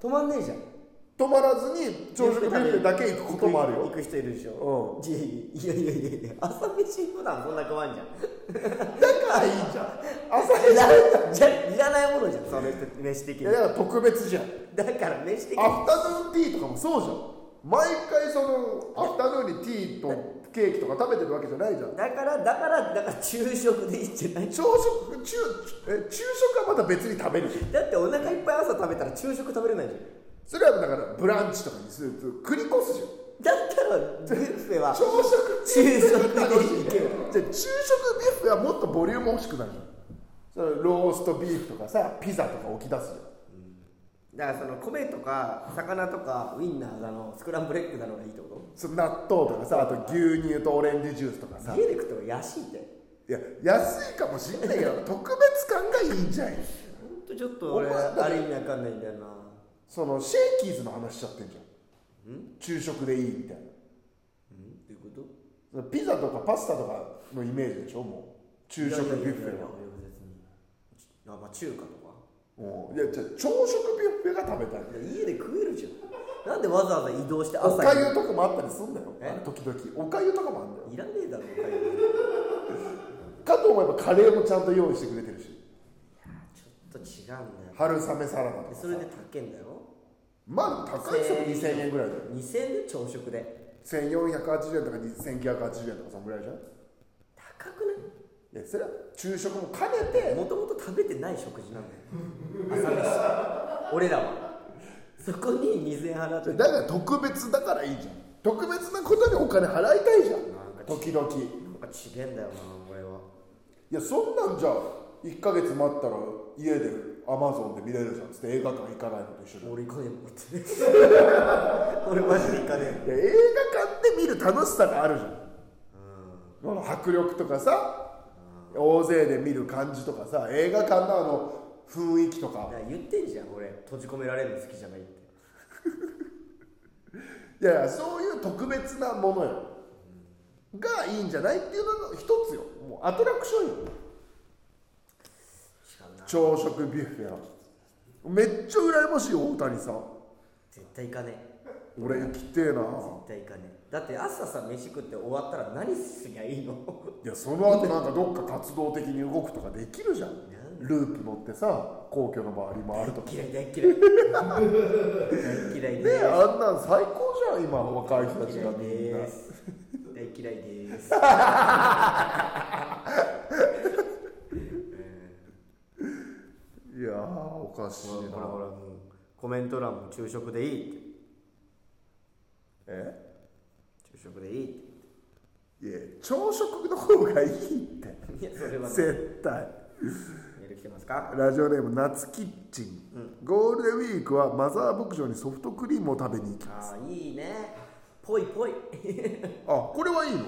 [SPEAKER 1] 泊まんねえじゃん
[SPEAKER 2] 止まらずに朝食ビュッフェだけ行くこともある
[SPEAKER 1] 行
[SPEAKER 2] よ
[SPEAKER 1] く人いるでしょうんいやいやいやいや朝飯普段そんな食わんじゃん
[SPEAKER 2] だからいいじゃん朝
[SPEAKER 1] いら
[SPEAKER 2] 飯
[SPEAKER 1] じゃいらないものじゃんその人飯的
[SPEAKER 2] い
[SPEAKER 1] に
[SPEAKER 2] やだから特別じゃん
[SPEAKER 1] だから飯的に
[SPEAKER 2] アフタヌーンティーとかもそうじゃん毎回そのアフタヌーンにティーとケーキとか食べてるわけじゃないじゃん
[SPEAKER 1] だからだからだから昼食でいいんじゃない
[SPEAKER 2] 朝食昼え昼食はまた別に食べるし
[SPEAKER 1] だってお腹いっぱい朝食べたら昼食食べれないじゃん
[SPEAKER 2] それはだからブランチとかにすると繰り越すじゃん
[SPEAKER 1] だったらビュッフェは
[SPEAKER 2] 朝食
[SPEAKER 1] 昼食で
[SPEAKER 2] し
[SPEAKER 1] いける
[SPEAKER 2] じゃあ昼食ビュッフェはもっとボリューム欲しくなるじゃんそのローストビーフとかさピザとか置き出すじゃん
[SPEAKER 1] だからその米とか魚とかウインナーだのスクランブルエッグだのがいいってこ
[SPEAKER 2] その納豆とかさあと牛乳とオレンジジュースとか
[SPEAKER 1] と
[SPEAKER 2] さ
[SPEAKER 1] 家で食っても安いって
[SPEAKER 2] いや安いかもしん ないけど特別感がいいんじゃん
[SPEAKER 1] ほんとちょっと俺
[SPEAKER 2] お前だって
[SPEAKER 1] あれ意味わかんないんだよな
[SPEAKER 2] そのシェイキーズの話しちゃってんじゃん昼食でいいみたい
[SPEAKER 1] うん
[SPEAKER 2] な
[SPEAKER 1] どういうこと
[SPEAKER 2] そのピザとかパスタとかのイメージでしょもう昼食ビュッフェは
[SPEAKER 1] あまあ中華とか
[SPEAKER 2] うんいやじゃあ朝食ビュッフェが食べたい
[SPEAKER 1] いや家で食えるじゃんなんでわざわざ移動して朝
[SPEAKER 2] おかゆ
[SPEAKER 1] に
[SPEAKER 2] とかもあったりすんだよ
[SPEAKER 1] え
[SPEAKER 2] 時々おかゆとかもあんだよ
[SPEAKER 1] いらねえだろおか
[SPEAKER 2] かと思えばカレーもちゃんと用意してくれてるし
[SPEAKER 1] ちょっと違うんだよ
[SPEAKER 2] 春雨サラダ
[SPEAKER 1] で
[SPEAKER 2] とかさ
[SPEAKER 1] それで高いんだよ
[SPEAKER 2] まあ高い人も2000円ぐらいだよ
[SPEAKER 1] 2000円で朝食で
[SPEAKER 2] 1480円とか1980円とかそのぐらいじゃん
[SPEAKER 1] 高くない
[SPEAKER 2] いやそれは昼食も兼ねて
[SPEAKER 1] もともと食べてない食事なんだよ朝飯俺らはそこに2000円払って
[SPEAKER 2] だから特別だからいいじゃん特別なことにお金払いたいじゃん
[SPEAKER 1] んか
[SPEAKER 2] 時々
[SPEAKER 1] なんかちげえんだよな俺はい
[SPEAKER 2] やそんなんじゃ1ヶ月待ったら家でアマゾンで見れるじゃんつって映画館行かないのと一緒じゃん
[SPEAKER 1] 俺行かねえも んって俺マジで行かね
[SPEAKER 2] いや映画館で見る楽しさがあるじゃん、この迫力とかさ、大勢で見る感じとかさ映画館のあの雰囲気と
[SPEAKER 1] え
[SPEAKER 2] か
[SPEAKER 1] だから言ってんじゃん俺閉じ込められるの好きじゃないって
[SPEAKER 2] いやいやそういう特別なものよ、がいいんじゃないっていうのが一つよもうアトラクションよ
[SPEAKER 1] 違うな
[SPEAKER 2] 朝食ビュッフェやめっちゃ羨ましいよ大谷さん
[SPEAKER 1] 絶対行かねえ
[SPEAKER 2] 俺行きてえな
[SPEAKER 1] 絶対行かねえだって朝さ飯食って終わったら何すりゃいいの
[SPEAKER 2] いやその後なんかどっか活動的に動くとかできるじゃんループ乗ってさ皇居の周り回るとか
[SPEAKER 1] 嫌い大嫌い大嫌い
[SPEAKER 2] ね
[SPEAKER 1] で
[SPEAKER 2] えあんなん最高じゃん今若い人たちが
[SPEAKER 1] 大嫌い
[SPEAKER 2] みんな
[SPEAKER 1] です大嫌いです
[SPEAKER 2] いやーおかしい
[SPEAKER 1] ほらほらほ
[SPEAKER 2] な
[SPEAKER 1] らもうコメント欄も昼食でいいって
[SPEAKER 2] え
[SPEAKER 1] 昼食でいいっ
[SPEAKER 2] いや朝食の方がいいって
[SPEAKER 1] ていやそれはね
[SPEAKER 2] 絶対
[SPEAKER 1] メール来てますか
[SPEAKER 2] ラジオネーム夏キッチン、ゴールデンウィークはマザー牧場にソフトクリームを食べに行きます
[SPEAKER 1] ああいいねぽいぽい
[SPEAKER 2] あこれはいいの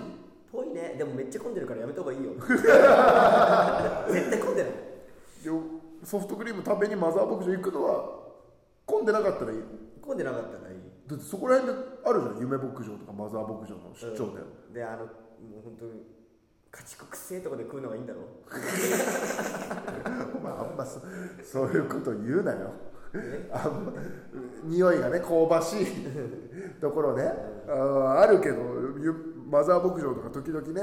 [SPEAKER 1] ぽいねでもめっちゃ混んでるからやめた方がいいよ絶対混んでない
[SPEAKER 2] でソフトクリーム食べにマザー牧場行くのは混んでなかったらいいの
[SPEAKER 1] 混んでなかったらいい
[SPEAKER 2] だってそこら辺であるじゃん夢牧場とかマザー牧場の出張で、
[SPEAKER 1] であのもう本当に家畜くせえとこで食うのがいいんだろ
[SPEAKER 2] お前あんまそそういうこと言うなよあんま匂いがね香ばしいところねあーあるけどゆマザー牧場とか時々ね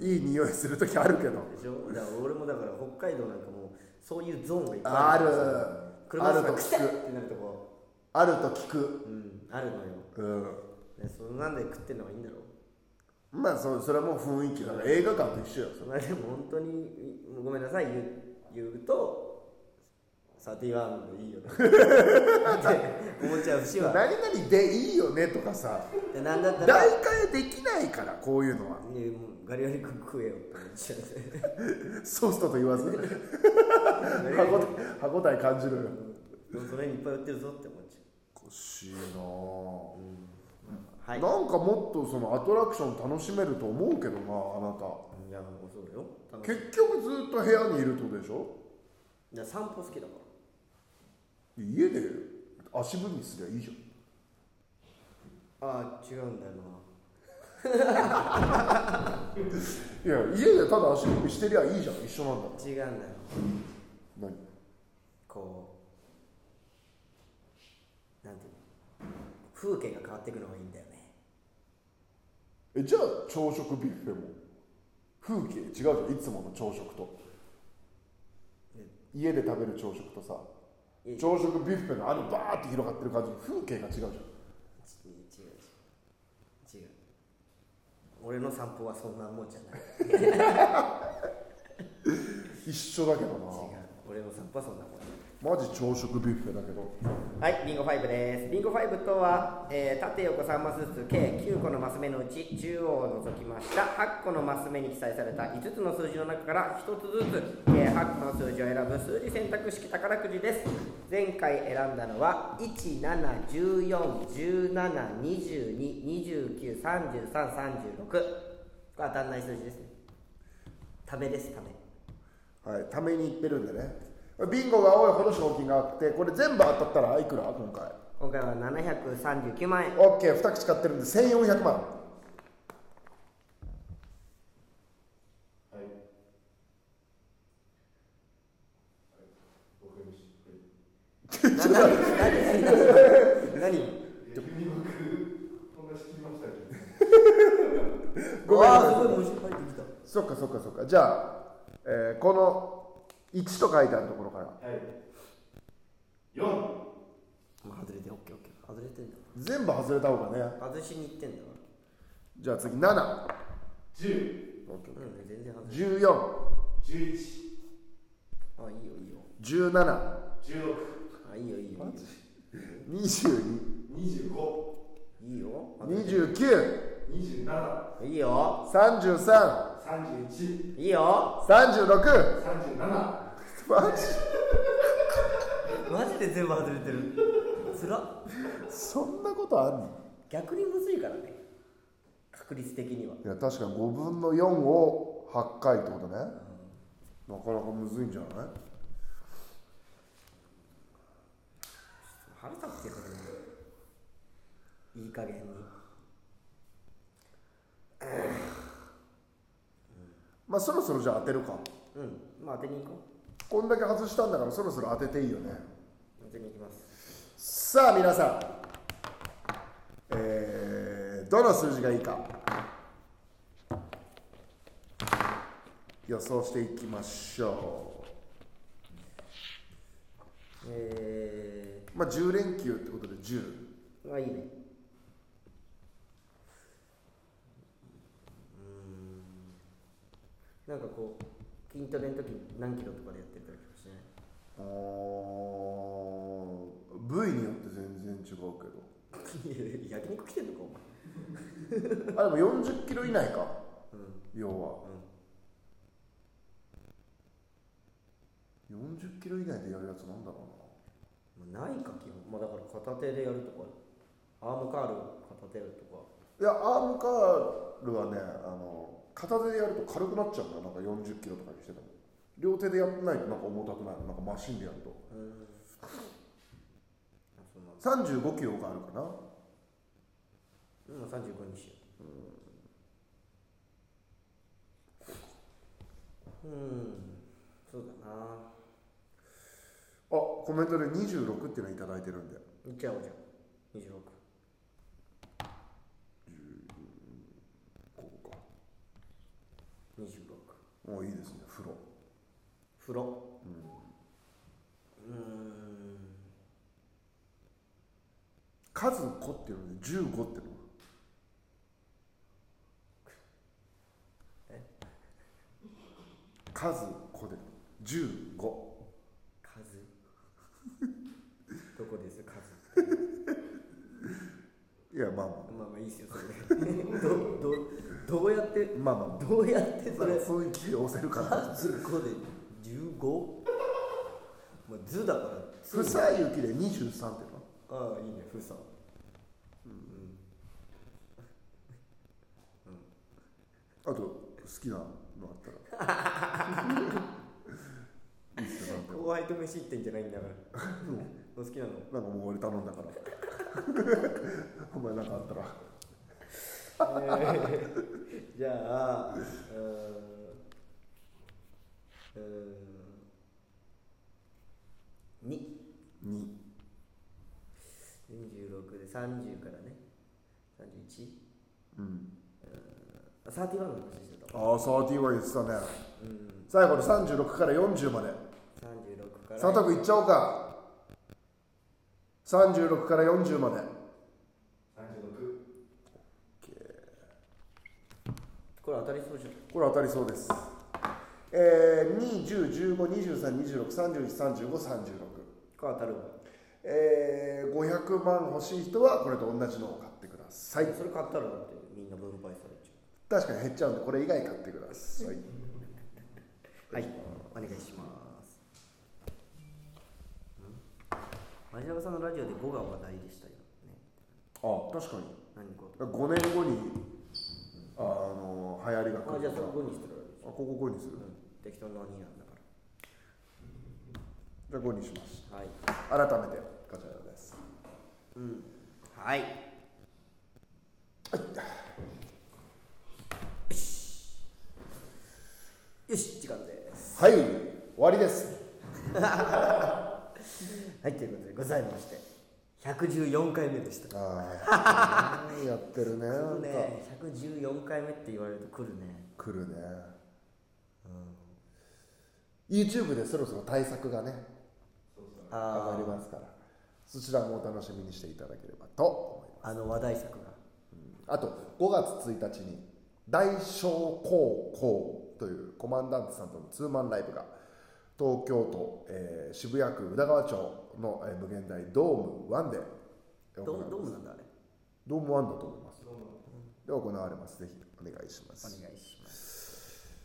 [SPEAKER 2] いい匂いする時あるけど
[SPEAKER 1] でしょだから俺もだから北海道なんかもうそういうゾーンがいっぱい
[SPEAKER 2] ある
[SPEAKER 1] 車
[SPEAKER 2] あ
[SPEAKER 1] の
[SPEAKER 2] る
[SPEAKER 1] 中
[SPEAKER 2] と
[SPEAKER 1] く
[SPEAKER 2] 聞
[SPEAKER 1] せ
[SPEAKER 2] く
[SPEAKER 1] えってなるとこ
[SPEAKER 2] あると聞く、
[SPEAKER 1] うんあるのよ
[SPEAKER 2] うん、
[SPEAKER 1] でそんなんで食ってんのがいいんだろ
[SPEAKER 2] まあそそれはもう雰囲気だから映画館と一緒よそ
[SPEAKER 1] まあでも本当にもうごめんなさい言う言うと31でいい よねって思っちゃう節
[SPEAKER 2] れ
[SPEAKER 1] は
[SPEAKER 2] 何々でいいよねとかさ
[SPEAKER 1] でなんだったら
[SPEAKER 2] 大会できないからこういうのはい
[SPEAKER 1] やもうガリガリ君食えよって思っちゃう
[SPEAKER 2] ソースとと言わず
[SPEAKER 1] ガリガ
[SPEAKER 2] 歯
[SPEAKER 1] リ
[SPEAKER 2] ご
[SPEAKER 1] 君
[SPEAKER 2] た歯ごたえ感じるよ
[SPEAKER 1] でもそれにいっぱい売ってるぞって思っち
[SPEAKER 2] おかしいな
[SPEAKER 1] ゃう
[SPEAKER 2] ぁ
[SPEAKER 1] はい
[SPEAKER 2] なんかもっとそのアトラクション楽しめると思うけどなあなた
[SPEAKER 1] いやもうそうだよ楽しい
[SPEAKER 2] 結局ずっと部屋にいるってことでしょ
[SPEAKER 1] いや散歩好きだから
[SPEAKER 2] 家で足踏みすりゃいいじ
[SPEAKER 1] ああ違うんだよな
[SPEAKER 2] ゃんいや家でただ足踏みしてりゃいいじゃん一緒なんだか
[SPEAKER 1] 違うんだよ
[SPEAKER 2] ら何
[SPEAKER 1] こうなんていうの風景が変わっていくのがいいんだよね
[SPEAKER 2] えじゃあ朝食ビュッフェも風景違うじゃんいつもの朝食と
[SPEAKER 1] え
[SPEAKER 2] 家で食べる朝食とさ
[SPEAKER 1] え
[SPEAKER 2] 朝食ビュッフェのあのバーって広がってる感じの風景が違うじゃん
[SPEAKER 1] ち違う違う違う俺の散歩はそんなもんじゃない違う
[SPEAKER 2] 一緒だけどな
[SPEAKER 1] 俺の散歩はそんなもんじゃ
[SPEAKER 2] マジ朝食ビュッフェだけど
[SPEAKER 1] ないはいリンゴ5ですリンゴ5とは、えー縦横3マスずつ計9個のマス目のうち中央を除きました8個のマス目に記載された5つの数字の中から1つずつ、えー8個の数字を選ぶ数字選択式宝くじです前回選んだのは17141722293336当たんない数字ですねためですため
[SPEAKER 2] はいためにいってるんでねビンゴが多いほど賞金があってこれ全部当たったらいくら今回
[SPEAKER 1] 今回は739万円
[SPEAKER 2] OK2 口買ってるんで1400万
[SPEAKER 3] はい。はい。わかりました。はい
[SPEAKER 1] な何何何何
[SPEAKER 3] えー、急に僕、こんなしきましたけど。
[SPEAKER 2] ごめんな
[SPEAKER 1] あ
[SPEAKER 2] さい
[SPEAKER 1] ーすごい文字入ってきた
[SPEAKER 2] そっかそっかそっかじゃあ、えーこの1と書いてあるところから
[SPEAKER 3] はい4
[SPEAKER 1] まあ、外れて OKOK 外れてんだ
[SPEAKER 2] 全部外れた方がね
[SPEAKER 1] 外しに行ってんだか
[SPEAKER 2] じゃあ次7
[SPEAKER 3] 10
[SPEAKER 2] OK
[SPEAKER 1] らうん全然外れ
[SPEAKER 2] 1417
[SPEAKER 3] 11
[SPEAKER 1] あいいよいいよ
[SPEAKER 3] 16
[SPEAKER 1] あいいよいいよ
[SPEAKER 2] 22
[SPEAKER 3] 25
[SPEAKER 1] いいよ外れてる
[SPEAKER 2] 29
[SPEAKER 3] 27
[SPEAKER 1] いいよ
[SPEAKER 2] 33
[SPEAKER 3] 31
[SPEAKER 1] いいよ
[SPEAKER 2] 36
[SPEAKER 3] 37
[SPEAKER 2] マジ
[SPEAKER 1] マジで全部外れてるつらっ
[SPEAKER 2] そんなことあんの
[SPEAKER 1] 逆にむずいからね確率的にはい
[SPEAKER 2] や確かに5分の4を8回ってことね、なかなかむずいんじゃない
[SPEAKER 1] 腹立ってくるねいい加減に
[SPEAKER 2] まあそろそろじゃあ当てるか
[SPEAKER 1] うんまあ当てに行こ
[SPEAKER 2] こんだけ外したんだからそろそろ当てていいよね
[SPEAKER 1] う当てに行きます
[SPEAKER 2] さあ皆さんえー、どの数字がいいか予想していきましょ
[SPEAKER 1] え
[SPEAKER 2] うまあ10連休ってことで10
[SPEAKER 1] ー、まあいいねうーんなんかこう筋トレの時何キロとかでやってるからかもしれない
[SPEAKER 2] おー部位によって全然違うけど
[SPEAKER 1] いや 焼肉来てんのかお前
[SPEAKER 2] あでも40キロ以内か、要は、40キロ以内でやるやつなんだろ
[SPEAKER 1] まあないか基本まあだから片手でやるとかアームカール片手でやるとか
[SPEAKER 2] うないやアームカールはねあの片手でやると軽くなっちゃうんだよなんか40キロとかにしてても両手でやってないとなんか重たくなるなんかマシンでやると
[SPEAKER 1] うんあそうなんだ
[SPEAKER 2] 35キロがあるかな
[SPEAKER 1] うん35にしよううんそうだな
[SPEAKER 2] あコメントで26っていうのいただいてるんで
[SPEAKER 1] いっちゃおうじゃん26
[SPEAKER 2] ここか
[SPEAKER 1] 26
[SPEAKER 2] もういいですね風呂
[SPEAKER 1] 風呂うんん
[SPEAKER 2] 数子っていうので15っていうの数子で
[SPEAKER 1] 数
[SPEAKER 2] 15
[SPEAKER 1] どこです数
[SPEAKER 2] いやまあま
[SPEAKER 1] まあまあいいっすよそれでどどどうやって
[SPEAKER 2] あまあまあま
[SPEAKER 1] どうやって
[SPEAKER 2] あ
[SPEAKER 1] そ
[SPEAKER 2] それ
[SPEAKER 1] れ
[SPEAKER 2] そういう気で押せるかな
[SPEAKER 1] ずこで 15? まあ図だから
[SPEAKER 2] ふさゆきで23っていうの
[SPEAKER 1] ああいいねふさ
[SPEAKER 2] あと好きなのあったらいいっすよなんかも
[SPEAKER 1] 後輩と飯行ってんじゃないんだから
[SPEAKER 2] う
[SPEAKER 1] お好きなの
[SPEAKER 2] なんかもう俺頼んだから お前なんかあったら
[SPEAKER 1] えー じゃあうーんうーんに
[SPEAKER 2] 2
[SPEAKER 1] 26で30からね31
[SPEAKER 2] うん
[SPEAKER 1] あ31の話してた
[SPEAKER 2] ああ31言ってたね
[SPEAKER 1] うん
[SPEAKER 2] 最後の36から40まで
[SPEAKER 1] 36から
[SPEAKER 2] 佐藤君いっちゃおうか36から40まで
[SPEAKER 3] 36
[SPEAKER 1] これ当たりそうじゃん
[SPEAKER 2] これ当たりそうですえー、2 0 1 5 2 3 2 6 3 1 3 5 3 6
[SPEAKER 1] これ当たるわ
[SPEAKER 2] えー、500万欲しい人はこれと同じのを買ってください
[SPEAKER 1] それ買ったらだってみんな分配されちゃ
[SPEAKER 2] 確かに減っちゃうんでこれ以外買ってください
[SPEAKER 1] うはいお願いしますマジラブさんのラジオで5が話題でしたよね
[SPEAKER 2] あ確かに
[SPEAKER 1] 何語
[SPEAKER 2] 5年後にあの流行りが来
[SPEAKER 1] あ
[SPEAKER 2] る
[SPEAKER 1] じゃあ
[SPEAKER 2] か
[SPEAKER 1] そ
[SPEAKER 2] ら
[SPEAKER 1] こ5にしてるわけでし
[SPEAKER 2] あここ5にする
[SPEAKER 1] ょ、うん、適当な2なんだか
[SPEAKER 2] じゃあ5にします
[SPEAKER 1] らはい
[SPEAKER 2] 改めてガチャラです
[SPEAKER 1] うんはいよし時間です
[SPEAKER 2] はい終わりです
[SPEAKER 1] はいということでございまして114回目でした
[SPEAKER 2] ああやってるね
[SPEAKER 1] 来るね114回目って言われると来るね
[SPEAKER 2] 来るね YouTube でそろそろ対策がね
[SPEAKER 3] そうそう
[SPEAKER 2] 上
[SPEAKER 1] あ
[SPEAKER 2] がり
[SPEAKER 1] ー
[SPEAKER 2] ますからそちらもお楽しみにしていただければと思います
[SPEAKER 1] あの話題作が
[SPEAKER 2] あと5月1日に大小高校というコマンダントさんとのツーマンライブが東京都、えー渋谷区宇田川町の、えー無限大ドーム1で行
[SPEAKER 1] ど
[SPEAKER 2] われます
[SPEAKER 1] どうなんだあれ
[SPEAKER 2] ドーム1だと思います
[SPEAKER 3] そうなんだ
[SPEAKER 2] で行われますぜひお願いしま
[SPEAKER 1] お
[SPEAKER 2] す
[SPEAKER 1] 願いします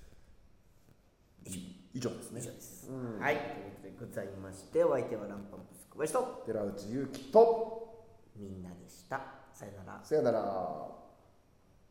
[SPEAKER 2] 以上です
[SPEAKER 1] 以
[SPEAKER 2] ね
[SPEAKER 1] 上です、はいということでございましてお相手はランパンプス小林と
[SPEAKER 2] 寺内優輝と
[SPEAKER 1] みんなでしたさよなら
[SPEAKER 2] さよなら